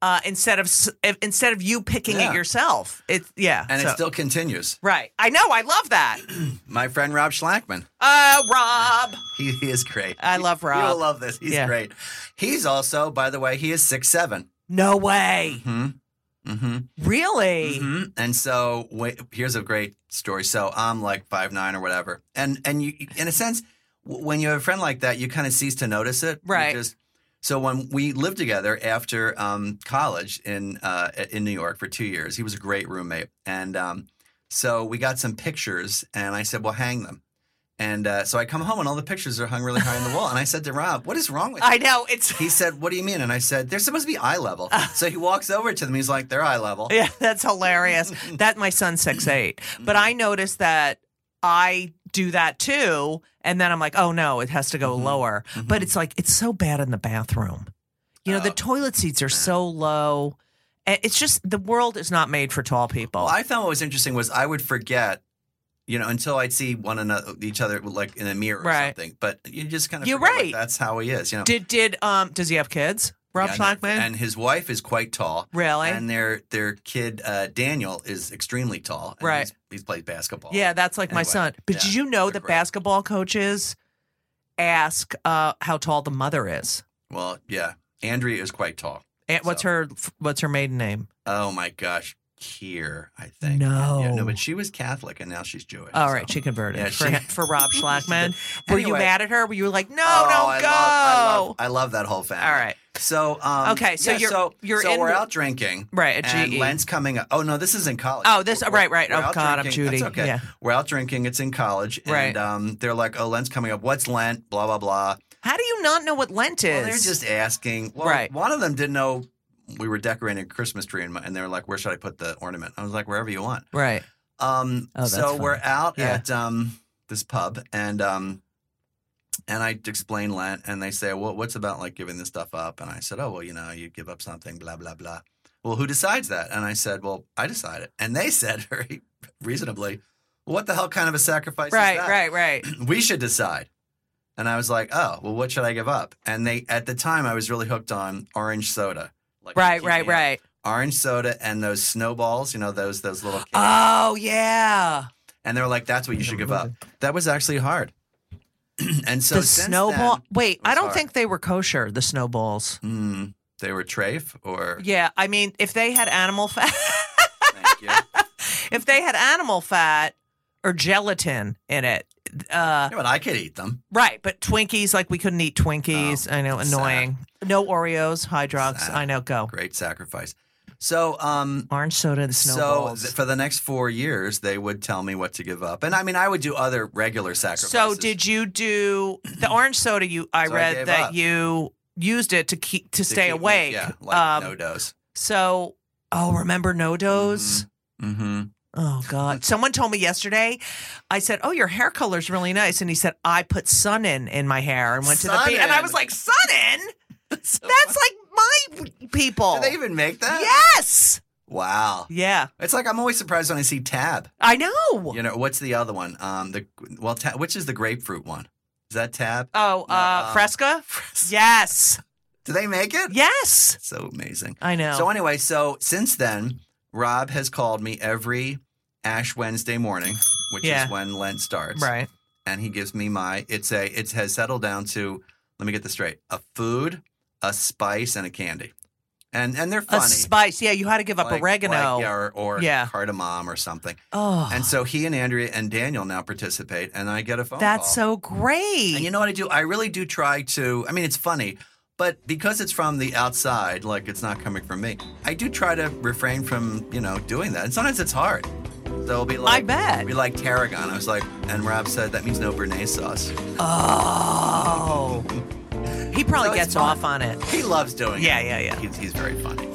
S2: uh, instead of s- if- instead of you picking
S3: Yeah.
S2: it yourself. It yeah,
S3: And
S2: so-
S3: it still continues.
S2: right. I know. I love that.
S3: My friend Rob Schlackman,
S2: Uh, Rob,
S3: he, he is great.
S2: I love
S3: You'll
S2: Rob.
S3: love this. He's
S2: Yeah.
S3: great. He's also, by the way, he is six seven.
S2: no way,
S3: Mm-hmm. Mm-hmm.
S2: really.
S3: hmm And so wait, here's a great story. So I'm like five nine or whatever, and and you in a sense, w- when you have a friend like that, you kind of cease to notice it, You
S2: Right.
S3: just- so when we lived together after um, college in uh, in New York for two years, he was a great roommate, and um, so we got some pictures, and I said, "Well, hang them." And uh, so I come home, and all the pictures are hung really high on the wall. And I said to Rob, "What is wrong with?" you?"
S2: I know it's
S3: He said, "What do you mean?" And I said, "They're supposed to be eye level." so he walks over to them. He's like, "They're eye level."
S2: Yeah, that's hilarious. that my son's six eight, but I noticed that I do that too, and then I'm like, oh no, it has to
S3: Mm-hmm.
S2: go lower. But it's like it's so bad in the bathroom. You know, the
S3: Oh.
S2: toilet seats are so low. A- It's just the world is not made for tall people.
S3: Well, I found what was interesting was I would forget, you know, until I'd see one another, each other like in a mirror or
S2: Right.
S3: something. But you just kind of
S2: You're
S3: forget, like,
S2: right.
S3: that's how he is, you know.
S2: did did um does he have kids? Rob
S3: Yeah, and-
S2: Schlackman.
S3: and his wife is quite tall.
S2: Really?
S3: And their their kid uh, Daniel is extremely tall. and
S2: Right.
S3: He's, he's played basketball.
S2: yeah, that's like my
S3: Anyway,
S2: son. But
S3: yeah,
S2: did you know
S3: they're
S2: that
S3: great.
S2: basketball coaches ask uh, how tall the mother is?
S3: Well, yeah. Andrea is quite tall.
S2: And what's
S3: So-
S2: her what's her maiden name?
S3: Oh my gosh, Kier, I think.
S2: No.
S3: Yeah, no, but she was Catholic and now she's Jewish.
S2: All
S3: so-
S2: right, she converted
S3: Yeah,
S2: for,
S3: she-
S2: for Rob Schlackman. Were you
S3: Anyway.
S2: mad at her? Were you like, no,
S3: Oh,
S2: don't
S3: I
S2: go?
S3: Love, I, love, I love that whole family.
S2: All right,
S3: So um,
S2: Okay, so
S3: yeah,
S2: you're-
S3: so,
S2: you're
S3: so
S2: in
S3: we're
S2: the-
S3: out drinking,
S2: Right, at
S3: and
S2: GE.
S3: Lent's coming up. Oh no, this is in college.
S2: Oh, this-
S3: We're-
S2: right, right.
S3: we're
S2: Oh,
S3: out
S2: God, I'm
S3: drinking.
S2: Judy.
S3: That's okay.
S2: Yeah.
S3: We're out drinking. It's in college, and
S2: Right.
S3: um, they're like, "Oh, Lent's coming up. What's Lent? Blah blah blah."
S2: how do you not know what Lent is?
S3: Well, they're just asking. Well,
S2: Right.
S3: One of them didn't know we were decorating a Christmas tree, and, my- and they were like, "Where should I put the ornament?" I was like, "Wherever you want."
S2: right.
S3: Um,
S2: Oh, that's
S3: so we're
S2: funny.
S3: out
S2: Yeah.
S3: at um, this pub, and um, and I explain Lent, and they say, "Well, what's about like giving this stuff up?" And I said, "Oh, well, you know, you give up something, blah blah blah." Well, who decides that? And I said, "Well, I decide it." And they said very reasonably, "What the hell kind of a sacrifice
S2: Right,
S3: is that?
S2: right, right.
S3: we should decide. And I was like, oh, well, what should I give up? And they, at the time, I was really hooked on orange soda. Like,
S2: Right,
S3: keep
S2: right,
S3: me up.
S2: right.
S3: Orange soda and those snowballs, you know, those those little. Cans.
S2: Oh, yeah.
S3: and they were like, "That's what you should give up." That was actually hard. and so
S2: the
S3: since
S2: snowball. Wait,
S3: it was
S2: I don't
S3: hard.
S2: think they were kosher, the snowballs.
S3: then- Mm, they were trafe or
S2: Yeah, I mean, if they had animal fat,
S3: thank you. Yeah,
S2: if they had animal fat or gelatin in it, uh,
S3: but I could eat them.
S2: Right, but Twinkies, like we couldn't eat Twinkies. I know,
S3: Oh, sad.
S2: annoying. No Oreos, Hydrox.
S3: Sad.
S2: I know, go.
S3: Great sacrifice. So, um,
S2: Orange soda and
S3: so
S2: snowballs.
S3: th- for the next four years, they would tell me what to give up, and I mean, I would do other regular sacrifices.
S2: So, did you do the orange soda? You, I
S3: So I
S2: read
S3: gave
S2: that
S3: up.
S2: you used it to keep to,
S3: to
S2: stay
S3: keep me-
S2: awake.
S3: Yeah, like
S2: um,
S3: no dose.
S2: So, oh, remember no dos?
S3: Mm-hmm.
S2: Oh God! Someone told me yesterday. I said, "Oh, your hair color's really nice," and he said, "I put sun in in my hair and went to the beach." And I
S3: Sun-in.
S2: was like, "Sun in? That's like my people."
S3: Do they even make that?
S2: yes.
S3: Wow.
S2: Yeah.
S3: It's like I'm always surprised when I see tab.
S2: I know.
S3: You know, what's the other one? Um, the well, ta- which is the grapefruit one? Is that tab?
S2: Oh,
S3: No,
S2: uh,
S3: um,
S2: Fresca? Yes.
S3: Do they make it?
S2: Yes.
S3: So amazing.
S2: I know.
S3: So anyway, so since then, Rob has called me every Ash Wednesday morning, which
S2: Yeah.
S3: is when Lent starts.
S2: right.
S3: and he gives me my it's a it has settled down to let me get this straight a food a spice and a candy and and they're funny
S2: A spice. Yeah, you had to give up
S3: Like-
S2: oregano.
S3: like, yeah, or, or
S2: Yeah.
S3: cardamom or something
S2: oh,
S3: and so he and andrea and daniel now participate and i get a phone
S2: that's so
S3: call.
S2: great.
S3: and you know what i do i really do try to i mean it's funny but because it's from the outside like it's not coming from me i do try to refrain from you know doing that and sometimes it's hard so it'll be like
S2: bet.
S3: we like tarragon i was like and rob said that means no bernaise sauce
S2: oh. He probably
S3: So it's
S2: gets
S3: fun.
S2: off on it.
S3: He loves doing
S2: Yeah,
S3: it.
S2: yeah, yeah.
S3: He's, he's very funny.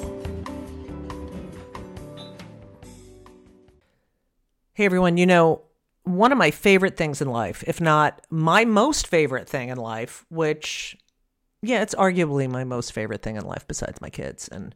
S4: Hey everyone, you know, one of my favorite things in life, if not my most favorite thing in life, which
S2: yeah, it's arguably my most favorite thing in life besides my kids and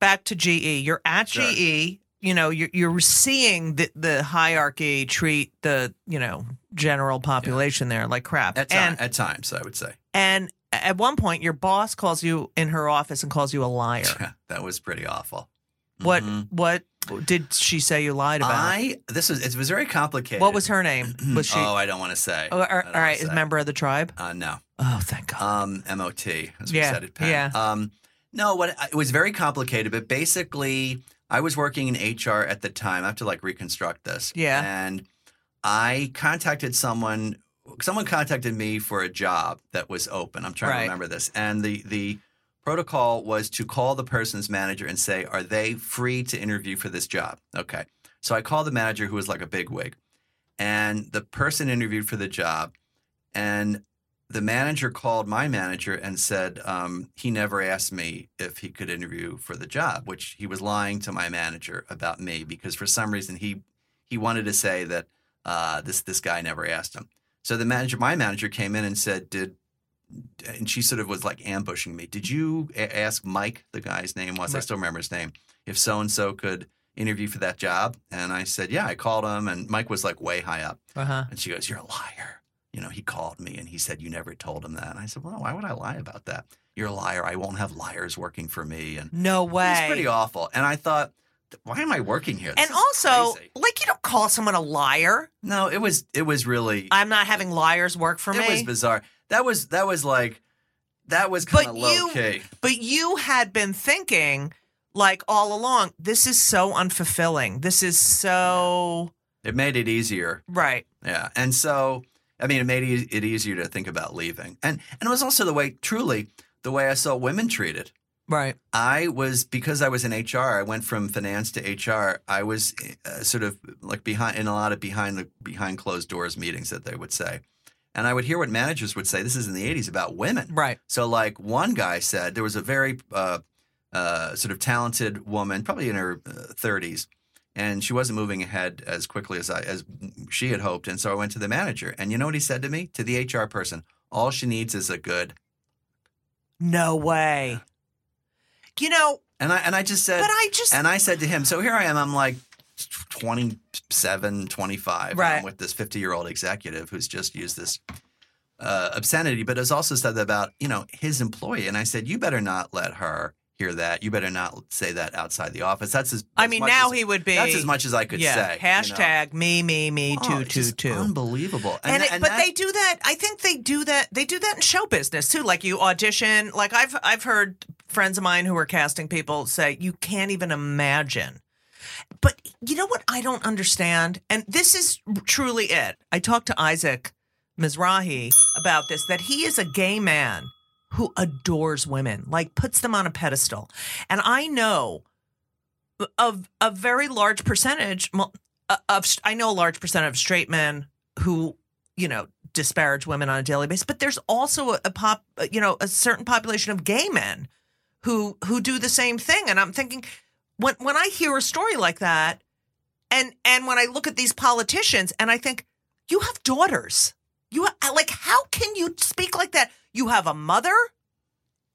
S5: back to GE. You're at GE. You know, you're you're seeing the the hierarchy treat the you know general population there like crap.
S3: At, time,
S5: and
S3: at times, I would say.
S5: and at one point, your boss calls you in her office and calls you a liar.
S3: that was pretty awful.
S5: What
S3: Mhm.
S5: what did she say you lied about?
S3: I, this was, it was very complicated.
S5: what was her name? Was she?
S3: oh, I don't want to say.
S5: Oh, all
S3: I
S5: right,
S3: don't
S5: all
S3: wanna
S5: right, is
S3: say.
S5: member of the tribe.
S3: Uh, no.
S5: Oh, thank God.
S3: Um, MOT, as we
S5: Yeah,
S3: said at Penn.
S5: yeah.
S3: Um, no, what it was very complicated, but basically, I was working in HR at the time. I have to like reconstruct this.
S5: Yeah.
S3: And I contacted someone. Someone contacted me for a job that was open. I'm trying
S5: Right.
S3: to remember this. And the the protocol was to call the person's manager and say, "Are they free to interview for this job?" Okay. So I called the manager, who was like a big wig, and the person interviewed for the job, and the manager called my manager and said um, he never asked me if he could interview for the job, which he was lying to my manager about me because for some reason he he wanted to say that uh, this this guy never asked him. So the manager, my manager, came in and said, "Did," and she sort of was like ambushing me. Did you a- ask Mike, the guy's name was? I
S5: Right.
S3: still remember his name. If so and so could interview for that job, and I said, "Yeah," I called him, and Mike was like way high up.
S5: uh huh.
S3: And she goes, You're a liar. You know, he called me and he said, You never told him that. And I said, Well, why would I lie about that? You're a liar. I won't have liars working for me. And
S5: No way.
S3: it's pretty awful. And I thought, Why am I working here? This
S5: and
S3: is
S5: also,
S3: crazy."
S5: like, you don't call someone a liar.
S3: no, it was, it was really,
S5: I'm not having liars work for
S3: it
S5: me.
S3: was bizarre. That was, that was like, that was
S5: But
S3: kind of low
S5: you-
S3: key.
S5: But you had been thinking, like all along, this is so unfulfilling. This is so
S3: It made it easier.
S5: right.
S3: Yeah. And so, I mean, it made e- it easier to think about leaving. And, and it was also the way, truly, the way I saw women treated.
S5: Right.
S3: I was because I was in HR. I went from finance to HR. I was uh, sort of like behind in a lot of behind the behind closed doors meetings that they would say, and I would hear what managers would say. This is in the '80s about women.
S5: Right.
S3: So, like one guy said, there was a very uh, uh, sort of talented woman, probably in her uh, 30s, and she wasn't moving ahead as quickly as I as she had hoped. And so I went to the manager, and you know what he said to me, to the HR person, all she needs is a good.
S5: No way. You know,
S3: And I and I just said, Uh,
S5: but I just
S3: And I said to him, so here I am, I'm like, 27, 25 and
S2: Right.
S3: I'm with this 50 year old executive who's just used this uh, obscenity, but has also said about, you know, his employee. And I said, you better not let her hear that. You better not say that outside the office. That's as,
S2: I
S3: as
S2: mean,
S3: much
S2: now
S3: as-
S2: he would be.
S3: that's as much as I could
S2: yeah,
S3: say. you know?
S2: Hashtag me, me, me,
S3: Oh,
S2: two,
S3: it's
S2: two,
S3: just
S2: two.
S3: Unbelievable.
S2: and,
S3: tha-
S2: it- but
S3: that-
S2: they do that. I think they do that. They do that in show business too. Like you audition. Like I've I've heard friends of mine who are casting people say you can't even imagine. But you know what I don't understand, and this is truly it. I talked to Isaac Mizrahi about this that he is a gay man who adores women, like puts them on a pedestal, and I know of a very large percentage mo- of I know a large percentage of straight men who you know disparage women on a daily basis but there's also a, a pop uh, you know a certain population of gay men who who do the same thing and i'm thinking when when i hear a story like that and and when i look at these politicians and i think you have daughters you ha- like how can you speak like that you have a mother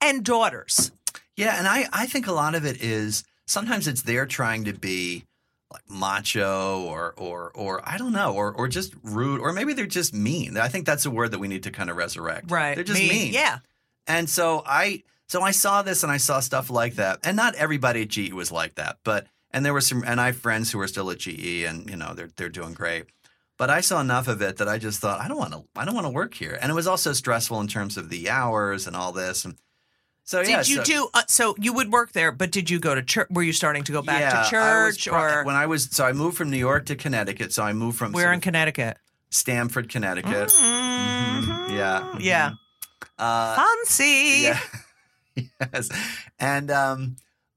S2: and daughters
S3: Yeah, and I, I think a lot of it is sometimes it's they're trying to be like macho or or or I don't know or or just rude or maybe they're just mean. I think that's a word that we need to kind of resurrect. They're just mean.
S2: yeah
S3: And so I so I saw this and I saw stuff like that. And not everybody at GE was like that, but and there were some and I have friends who are still at GE and you know they're they're doing great. But I saw enough of it that I just thought I don't want to I don't want to work here. And it was also stressful in terms of the hours and all this. And so
S2: did
S3: Oh, yeah,
S2: you
S3: so-
S2: do uh, so you would work there but did you go to church were you starting to go back
S3: Yeah,
S2: to
S3: I was
S2: church
S3: pro-
S2: or
S3: when I was so I moved from New York to Connecticut. So I moved from
S2: we're
S3: sort
S2: in Mm,
S3: of
S2: connecticut
S3: Stamford, Connecticut. Mhm. Yeah, mhm.
S2: Mm-hmm. yeah
S3: Uh,
S2: fancy
S3: yeah. yes, and um,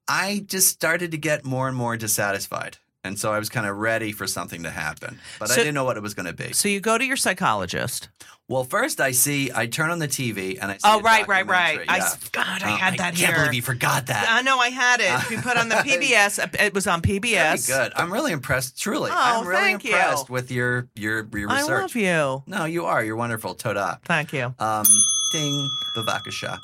S3: I just started to get more and more dissatisfied, and so I was kind of ready for something to happen, but I
S2: So-
S3: didn't know what it was going to be.
S2: so you go to your psychologist
S3: Well, first I see I turn on the TV and I see
S2: oh
S3: a
S2: right right right
S3: documentary.
S2: I
S3: Yeah.
S2: s god i
S3: Uh,
S2: had that
S3: I
S2: here
S3: can't believe you forgot that.
S2: i know i had it you put on the pbs uh, it was on
S3: Very
S2: pbs
S3: good. I'm really impressed. Truly,
S2: Oh,
S3: I'm really
S2: thank you.
S3: impressed with your your, your research.
S2: i love you
S3: No, you are. You're wonderful. Toda.
S2: thank you
S3: Um, ding, bavakasha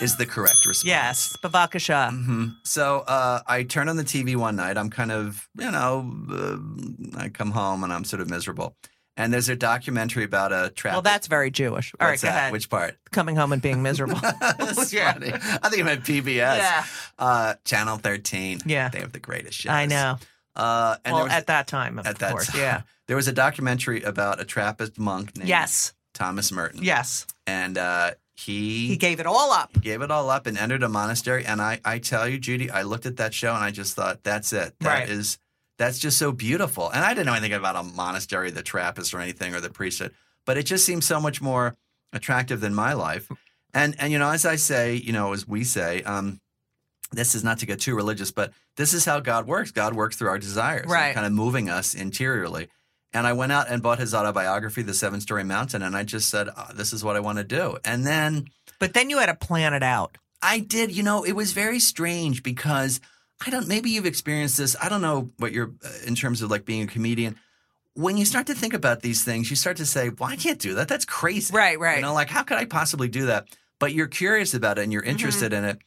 S3: is the correct response.
S2: yes babakasha
S3: hmm So uh, I turn on the TV one night. I'm kind of, you know, uh, I come home and I'm sort of miserable. And there's a documentary about a trap.
S2: well that's very jewish All right,
S3: What's
S2: go
S3: that?
S2: ahead
S3: Which part?
S2: coming home and being miserable
S3: That's
S2: Yeah.
S3: funny. I think it meant PBS.
S2: Yeah.
S3: Uh, Channel 13.
S2: Yeah.
S3: They have the greatest shows.
S2: i know
S3: Uh, and
S2: well
S3: there was,
S2: at that time of
S3: at that
S2: course
S3: time.
S2: yeah
S3: there was a documentary about a Trappist monk named
S2: yes
S3: Thomas Merton.
S2: yes
S3: And uh,
S2: he gave it all up
S3: gave it all up and entered a monastery. And I, I tell you, Judy, I looked at that show and I just thought, that's it. That
S2: Right.
S3: is, that's just so beautiful. And I didn't know anything about a monastery, the Trappist or anything, or the priesthood, but it just seemed so much more attractive than my life. And, and, you know, as I say, you know, as we say, um, this is not to get too religious, but this is how God works. God works through our desires, and
S2: Right.
S3: Kind of moving us interiorly. And I went out and bought his autobiography, The Seven Story Mountain, and I just said, "Ah, "This is what I want to do." And then
S2: But then you had to plan it out.
S3: I did. You know, it was very strange because I don't. Maybe you've experienced this. I don't know what you're uh, in terms of like being a comedian. When you start to think about these things, you start to say, "Well, I can't do that. That's crazy."
S2: Right, right.
S3: You know, like how could I possibly do that? But you're curious about it and you're
S2: Mm-hmm.
S3: interested in it.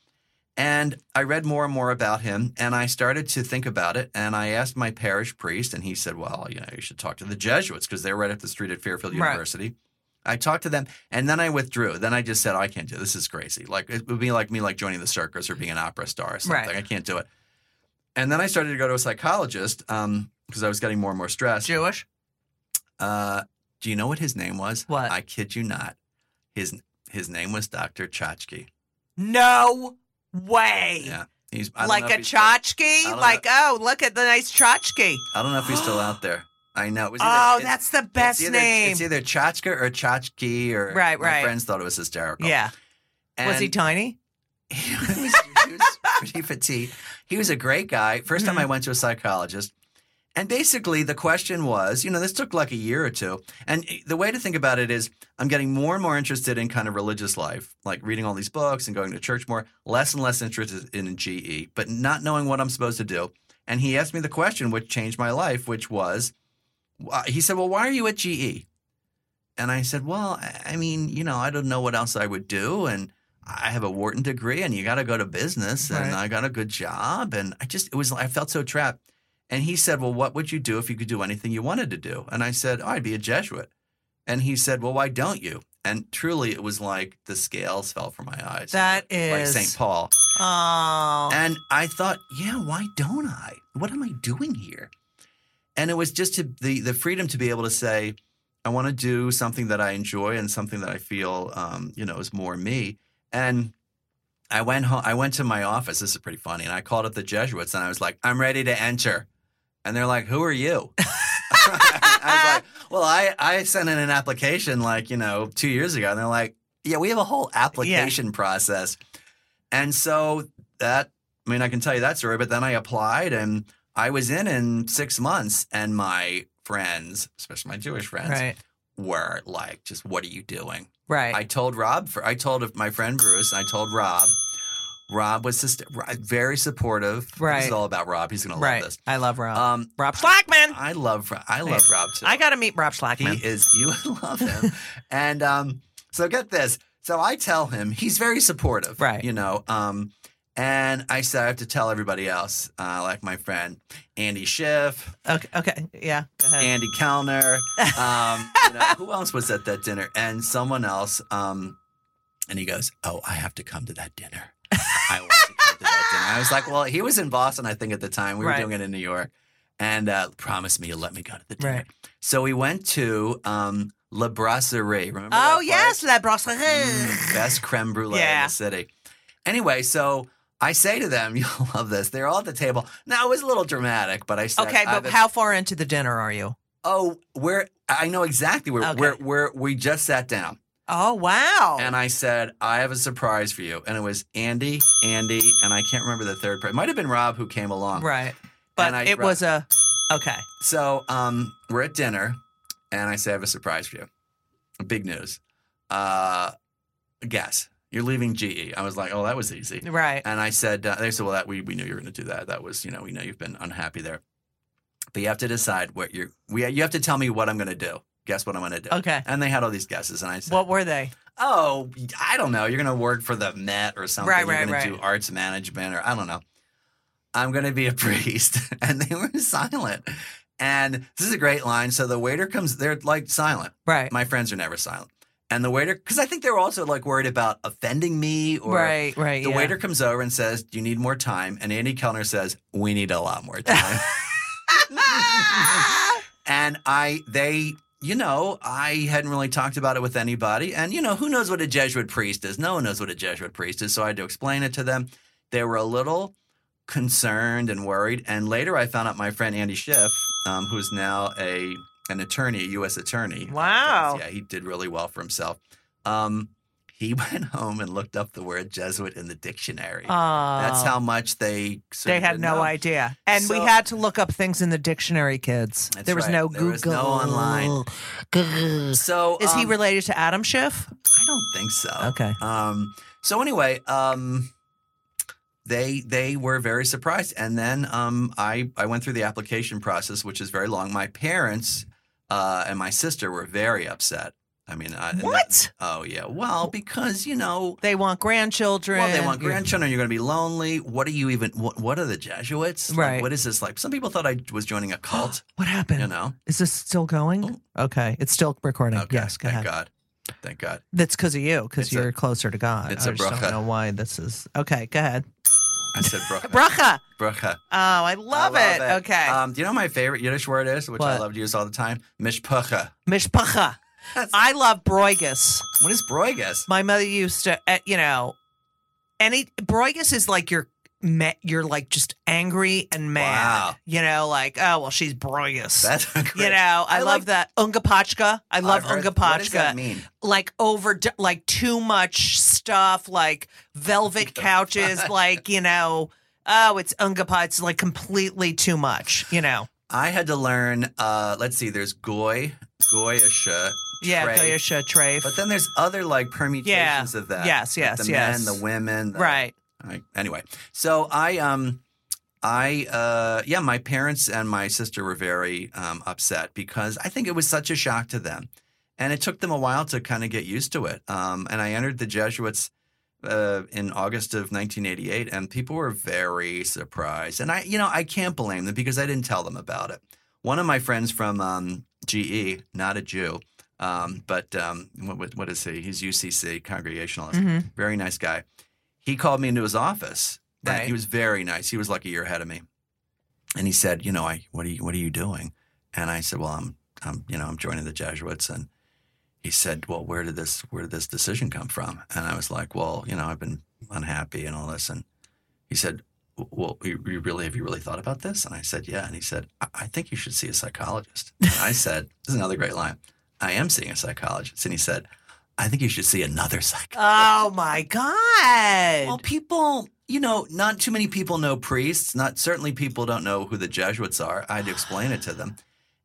S3: And I read more and more about him, and I started to think about it. And I asked my parish priest, and he said, "Well, you know, you should talk to the Jesuits because they're right up the street at Fairfield
S2: Right.
S3: University." I talked to them, and then I withdrew. Then I just said, oh, "I can't do it. this. Is crazy. Like it would be like me like joining the circus or being an opera star or something.
S2: Right.
S3: I can't do it." And then I started to go to a psychologist because I was getting more and more stressed.
S2: Jewish?
S3: Uh, do you know what his name was?
S2: What?
S3: I kid you not. His his name was Doctor Chachki.
S2: No way.
S3: Yeah, he's I don't
S2: Like
S3: know if
S2: a
S3: he's still-
S2: tchotchke?
S3: I don't
S2: Like, oh, look at the nice tchotchke.
S3: I don't know if he's still out there. I know. It was either-
S2: Oh,
S3: it's-
S2: that's the
S3: it's
S2: best
S3: either-
S2: name.
S3: It's either Chachka or Chachki or
S2: Right,
S3: my
S2: right.
S3: friends thought it was hysterical.
S2: yeah. was he
S3: And-
S2: tiny?
S3: he was, he was pretty petite. He was a great guy. 1st time I went to a psychologist. And basically, the question was you know, this took like a year or two. And the way to think about it is I'm getting more and more interested in kind of religious life, like reading all these books and going to church more, less and less interested in GE, but not knowing what I'm supposed to do. And he asked me the question, which changed my life, which was uh, he said, Well, why are you at GE? And I said, Well, I- I mean, you know, I don't know what else I would do. And I have a Wharton degree and you got to go to business. And
S2: Right.
S3: I got a good job. And I just, it was, I felt so trapped. And he said, Well, what would you do if you could do anything you wanted to do? And I said, oh, I'd be a Jesuit. And he said, Well, why don't you? And truly, it was like the scales fell from my eyes.
S2: That
S3: like
S2: is-
S3: St. Paul.
S2: Oh.
S3: And I thought, yeah, why don't I? What am I doing here? And it was just to, the the freedom to be able to say, I want to do something that I enjoy and something that I feel, um, you know, is more me. And I went home. I went to my office. This is pretty funny. And I called up the Jesuits and I was like, I'm ready to enter. And they're like, Who are you? I was like, Well, I I sent in an application like you know two years ago, and they're like, Yeah, we have a whole application process. And so that I mean, I can tell you that story, but then I applied and I was in in six months, and my friends, especially my Jewish friends,
S2: Right.
S3: were like, just what are you doing?
S2: Right.
S3: I told Rob, for, I told my friend Bruce, I told Rob. Rob was just very supportive. This
S2: Right.
S3: is all about Rob. He's going to
S2: right.
S3: love this.
S2: I love Rob.
S3: Um,
S2: Rob Schlackman.
S3: I love, Ro- I love Rob too.
S2: I got to meet Rob Schlackman.
S3: He is. You would love him. and um, so get this. So I tell him he's very supportive,
S2: Right.
S3: You know. Um, and I said I have to tell everybody else, uh, like my friend Andy Schiff,
S2: okay. Okay. Yeah. Go ahead.
S3: Andy Kellner. Um, you know, who else was at that dinner? And someone else. Um, and he goes, "Oh, I have to come to that dinner." I want to come to that dinner. I was like, "Well, he was in Boston, I think, at the time. We
S2: Right.
S3: were doing it in New York." And uh, promise me you'll let me go to the dinner.
S2: Right.
S3: So we went to um, La Brasserie. Remember?
S2: Oh
S3: that
S2: yes,
S3: place?
S2: La Brasserie.
S3: Mm, best creme brulee in
S2: Yeah.
S3: the city. Anyway, so I say to them, "You'll love this." They're all at the table. Now it was a little dramatic, but I said,
S2: Okay,
S3: "I have
S2: but
S3: a
S2: how far into the dinner are you?
S3: Oh, we're I know exactly where
S2: Okay.
S3: we're, we're we just sat down.
S2: Oh wow.
S3: And I said, I have a surprise for you. And it was Andy, Andy, and I can't remember the third person. It might have been Rob who came along.
S2: right. But
S3: And I
S2: it
S3: brought-
S2: was a okay.
S3: So um we're at dinner and I say I have a surprise for you. Big news. Uh guess. You're leaving GE. I was like, oh, that was easy.
S2: Right.
S3: And I said, uh, they said, well, that we, we knew you were going to do that. That was, you know, we know you've been unhappy there. But you have to decide what you're, we, you have to tell me what I'm going to do. Guess what I'm going to do.
S2: Okay.
S3: And they had all these guesses. And I said,
S2: What were they?
S3: oh, I don't know. You're going to work for the Met or something.
S2: Right,
S3: you're
S2: right,
S3: going to
S2: right.
S3: do arts management or I don't know. I'm going to be a priest. And they were silent. And this is a great line. So the waiter comes, they're like silent.
S2: Right.
S3: My friends are never silent. And the waiter, because I think they were also like worried about offending me or
S2: right. Right.
S3: the
S2: yeah.
S3: waiter comes over and says, Do you need more time? And Andy Kellner says, We need a lot more time. and I, they, you know, I hadn't really talked about it with anybody. And, you know, who knows what a Jesuit priest is? No one knows what a Jesuit priest is. So I had to explain it to them. They were a little concerned and worried. And later I found out my friend Andy Schiff, um, who's now a an attorney, a U.S. attorney.
S2: Wow.
S3: Yeah, he did really well for himself. Um, he went home and looked up the word Jesuit in the dictionary.
S2: Oh.
S3: That's how much they sort
S2: They
S3: of
S2: had
S3: didn't
S2: no
S3: know.
S2: idea. And we
S3: So-
S2: had to look up things in the dictionary, kids.
S3: That's
S2: there was
S3: right.
S2: no
S3: There
S2: Google.
S3: was no online.
S2: Google. Is
S3: So
S2: he
S3: um,
S2: related to Adam Schiff?
S3: I don't think so.
S2: Okay.
S3: Um, so anyway, um, they they were very surprised, and then um, I I went through the application process, which is very long. My parents uh, and my sister were very upset. I mean, I, and that-
S2: What?
S3: oh yeah. Well, because you know.
S2: They want grandchildren.
S3: Well, they want
S2: Yeah.
S3: grandchildren. You're going to be lonely. What are you even? What, what are the Jesuits? Like,
S2: Right.
S3: what is this like? Some people thought I was joining a cult.
S2: What happened?
S3: you know.
S2: Is this still going? Okay, it's still recording.
S3: Oh. Okay.
S2: yes, go ahead.
S3: Thank God. Thank God.
S2: That's because of you, because
S3: It's a-
S2: you're closer to God.
S3: it's
S2: I
S3: a
S2: just don't
S3: bracha.
S2: know why this is. Okay, go ahead.
S3: I said bracha.
S2: Bracha.
S3: bracha.
S2: Oh, I love,
S3: I
S2: it. Okay.
S3: Um, do you know what my favorite Yiddish word is, which I
S2: What?
S3: love to use all the time? Mishpacha.
S2: Mishpacha.
S3: That's-
S2: I love Broigus.
S3: What is broigus?
S2: My mother used to, uh, you know, any Broigus is like your. Me, you're like just angry and mad.
S3: Wow.
S2: You know, like oh well, she's Broigus.
S3: That's a great.
S2: you know, I,
S3: I
S2: love
S3: like- Oh,
S2: that Ungapachka. I love
S3: I've heard- What does that
S2: Ungapachka.
S3: mean?
S2: like over like too much stuff like velvet couches like you know oh it's ungapa it's like completely too much you know
S3: I had to learn. Uh, let's see. There's goy, goyisha.
S2: yeah
S3: treif,
S2: goyesha trafe
S3: But then there's other like permutations of that.
S2: Yes,
S3: like
S2: yes,
S3: the
S2: yes.
S3: men, the women. the-
S2: right
S3: I, anyway, so I um I uh yeah, my parents and my sister were very um upset because I think it was such a shock to them. And it took them a while to kind of get used to it. Um and I entered the Jesuits uh, in August of 1988, and people were very surprised. And I, you know, I can't blame them because I didn't tell them about it. One of my friends from um, GE, not a Jew, um, but um, what- what, what is he? He's UCC Congregationalist,
S2: Mhm.
S3: very nice guy. He called me into his office. and
S2: Right.
S3: He was very nice. He was like a year ahead of me, and he said, "You know, I what are you what are you doing?" And I said, "Well, I'm I'm you know I'm joining the Jesuits." And he said, "Well, where did this where did this decision come from?" And I was like, "Well, you know, I've been unhappy and all this." And he said, "W- "Well, you, you really have you really thought about this?" And I said, "Yeah." And he said, "I, I think you should see a psychologist." And I said, "This is another great line. I am seeing a psychologist." And he said, "I think you should see another psychologist."
S2: Oh my God.
S3: Well, people, you know, not too many people know priests. Not certainly people don't know who the Jesuits are. I had to explain it to them.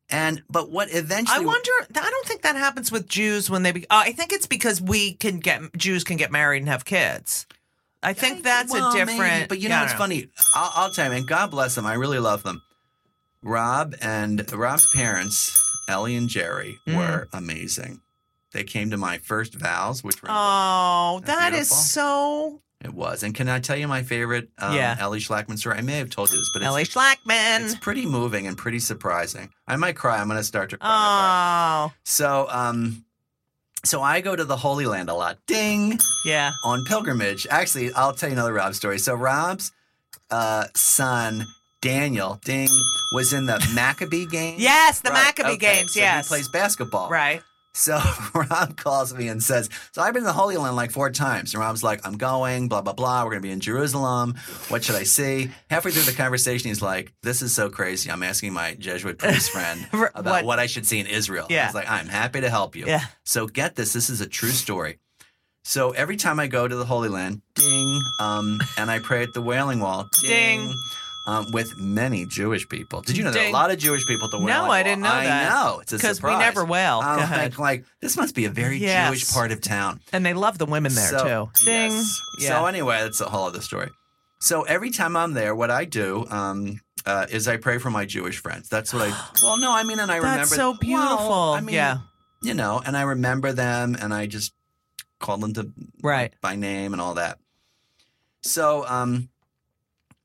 S3: And but what eventually
S2: I wonder. I don't think that happens with Jews when they. Be, uh, I think it's because we can get Jews can get married and have kids. I think that's
S3: Well,
S2: a
S3: maybe,
S2: different.
S3: but you
S2: yeah,
S3: know,
S2: I
S3: it's
S2: don't
S3: funny. I'll, I'll tell you, and God bless them. I really love them. Rob and Rob's parents, Ellie and Jerry,
S2: Mhm.
S3: were amazing. They came to my first vows, which were
S2: Oh,
S3: Isn't that
S2: that is
S3: beautiful?
S2: so.
S3: it was. And can I tell you my favorite um,
S2: Yeah.
S3: Ellie Schlackman story? I may have told you this, but it's,
S2: Ellie
S3: it's
S2: Schlackman.
S3: pretty moving and pretty surprising. I might cry. I'm going to start to cry.
S2: Oh,
S3: So, um, so I go to the Holy Land a lot. Ding.
S2: yeah.
S3: on pilgrimage. Actually, I'll tell you another Rob story. So Rob's uh, son Daniel Ding was in the Maccabee game.
S2: Yes, the
S3: Right,
S2: Maccabee
S3: okay,
S2: games.
S3: so
S2: yes.
S3: he plays basketball.
S2: right.
S3: So Rob calls me and says, "So I've been to the Holy Land like four times." And Rob's like, "I'm going. Blah blah blah. We're gonna be in Jerusalem. What should I see?" Halfway through the conversation, he's like, "This is so crazy. I'm asking my Jesuit priest friend
S2: R-
S3: about
S2: what-
S3: what? I should see in Israel."
S2: Yeah.
S3: I was like, "I'm happy to help you."
S2: Yeah.
S3: So get this. This is a true story. So every time I go to the Holy Land, ding, um, and I pray at the Wailing Wall, ding,
S2: Ding.
S3: um, with many Jewish people. Did you know there are a
S2: Ding.
S3: lot of Jewish people at the
S2: No,
S3: Wailing Wall?
S2: I didn't know that.
S3: I know. It's a
S2: Because we
S3: surprise. Oh,
S2: never will.
S3: I'm
S2: Go ahead.
S3: like, like, this must be a very
S2: Oh, Yes.
S3: Jewish part of town.
S2: And they love the women there
S3: So-
S2: too. Ding.
S3: yes.
S2: Yeah.
S3: So anyway, that's a whole other story. So every time I'm there, what I do um, uh, is I pray for my Jewish friends. That's what I. Well, no, I mean, and I remember.
S2: that's so
S3: well,
S2: beautiful.
S3: I mean,
S2: yeah.
S3: You know, and I remember them, and I just call them to
S2: Right.
S3: by name and all that. So um,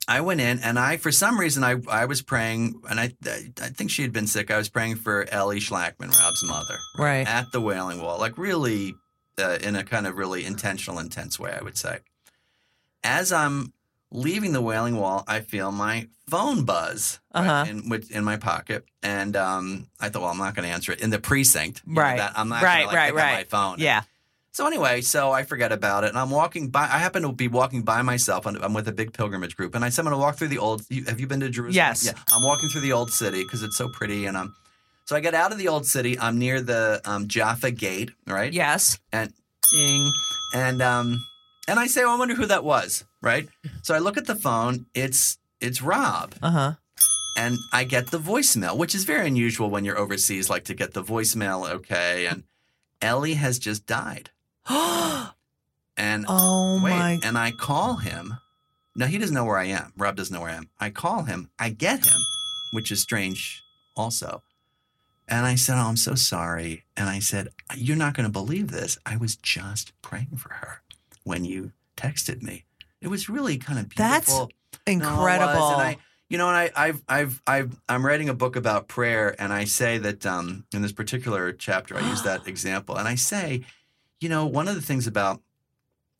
S3: I went in, and I for some reason I I was praying, and I I I think she had been sick. I was praying for Ellie Schlackman, Rob's mother
S2: Right.
S3: at the Wailing Wall, like really uh, in a kind of really intentional, intense way, I would say. As I'm leaving the Wailing Wall, I feel my phone buzz
S2: Uh-huh.
S3: in, with, in my pocket, and um, I thought, well, I'm not going to answer it in the precinct. you know,
S2: Right.
S3: that- I'm not
S2: Right,
S3: gonna, like,
S2: right,
S3: pick up
S2: right.
S3: my phone.
S2: Yeah.
S3: So anyway, so I forget about it, and I'm walking by. I happen to be walking by myself, and I'm with a big pilgrimage group, and I said, "I'm going to walk through the old." You, have you been to Jerusalem?
S2: Yes.
S3: Yeah, I'm walking through the old city because it's so pretty, and I'm. So I get out of the old city. I'm near the um, Jaffa Gate, right?
S2: Yes.
S3: And ding, and um, and I say, well, "I wonder who that was," right? So I look at the phone. It's it's Rob,
S2: Uh huh.
S3: and I get the voicemail, which is very unusual when you're overseas, like to get the voicemail. Okay, and Ellie has just died, and
S2: oh
S3: Wait,
S2: my.
S3: and I call him. No, he doesn't know where I am. Rob doesn't know where I am. I call him. I get him, which is strange also. And I said, Oh, I'm so sorry. And I said, You're not going to believe this. I was just praying for her when you texted me. It was really kind of
S2: That's
S3: beautiful. No, it was.
S2: Incredible.
S3: And I, you know, and I, I've, I've, I've, I'm writing a book about prayer, and I say that um, in this particular chapter, I use that example, and I say, you know, one of the things about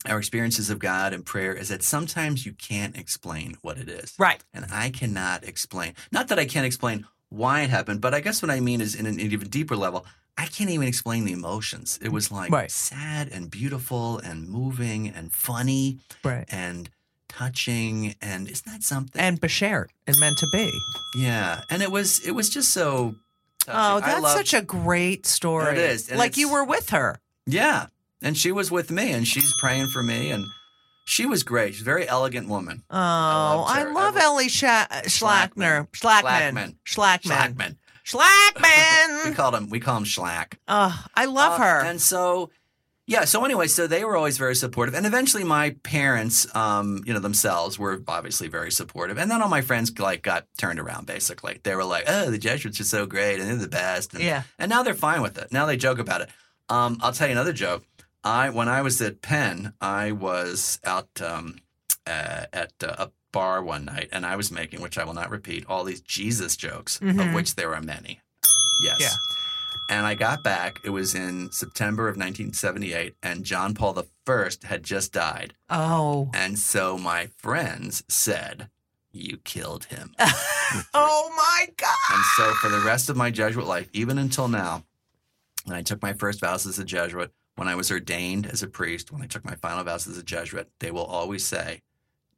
S3: our experiences of God and prayer is that sometimes you can't explain what it is,
S2: right.
S3: and I cannot explain. Not that I can't explain why it happened, but I guess what I mean is, in an even deeper level, I can't even explain the emotions. It was like
S2: Right.
S3: sad and beautiful and moving and funny
S2: Right.
S3: and touching and isn't that something
S2: And Bashert and meant to be.
S3: yeah and it was it was just so touching.
S2: Oh,
S3: I
S2: that's
S3: loved-
S2: such a great story.
S3: It is, and
S2: like you
S3: it's-
S2: were with her.
S3: yeah and she was with me and she's praying for me and she was great she's a very elegant woman
S2: Oh, I,
S3: loved her. I
S2: love
S3: loved-
S2: Ellie Sha- uh, Schlackner. Schlackman. Schlackman.
S3: Schlackman. we
S2: Schlackman.
S3: called him we call him Schlack
S2: Oh, I Mm. love
S3: Uh,
S2: her.
S3: And so, yeah. So anyway, so they were always very supportive, and eventually my parents, um, you know, themselves were obviously very supportive, and then all my friends like got turned around. Basically, they were like, "Oh, the Jesuits are so great, and they're the best." And,
S2: Yeah.
S3: And now they're fine with it. Now they joke about it. Um, I'll tell you another joke. I when I was at Penn, I was out um, uh, at uh, a bar one night, and I was making, which I will not repeat, all these Jesus jokes, of
S2: Mhm.
S3: which there are many. Yes.
S2: Yeah.
S3: And I got back. It was in September of 1978, and John Paul I had just died.
S2: Oh.
S3: And so my friends said, "You killed him."
S2: oh my God.
S3: And so for the rest of my Jesuit life, even until now, when I took my first vows as a Jesuit, when I was ordained as a priest, when I took my final vows as a Jesuit, they will always say,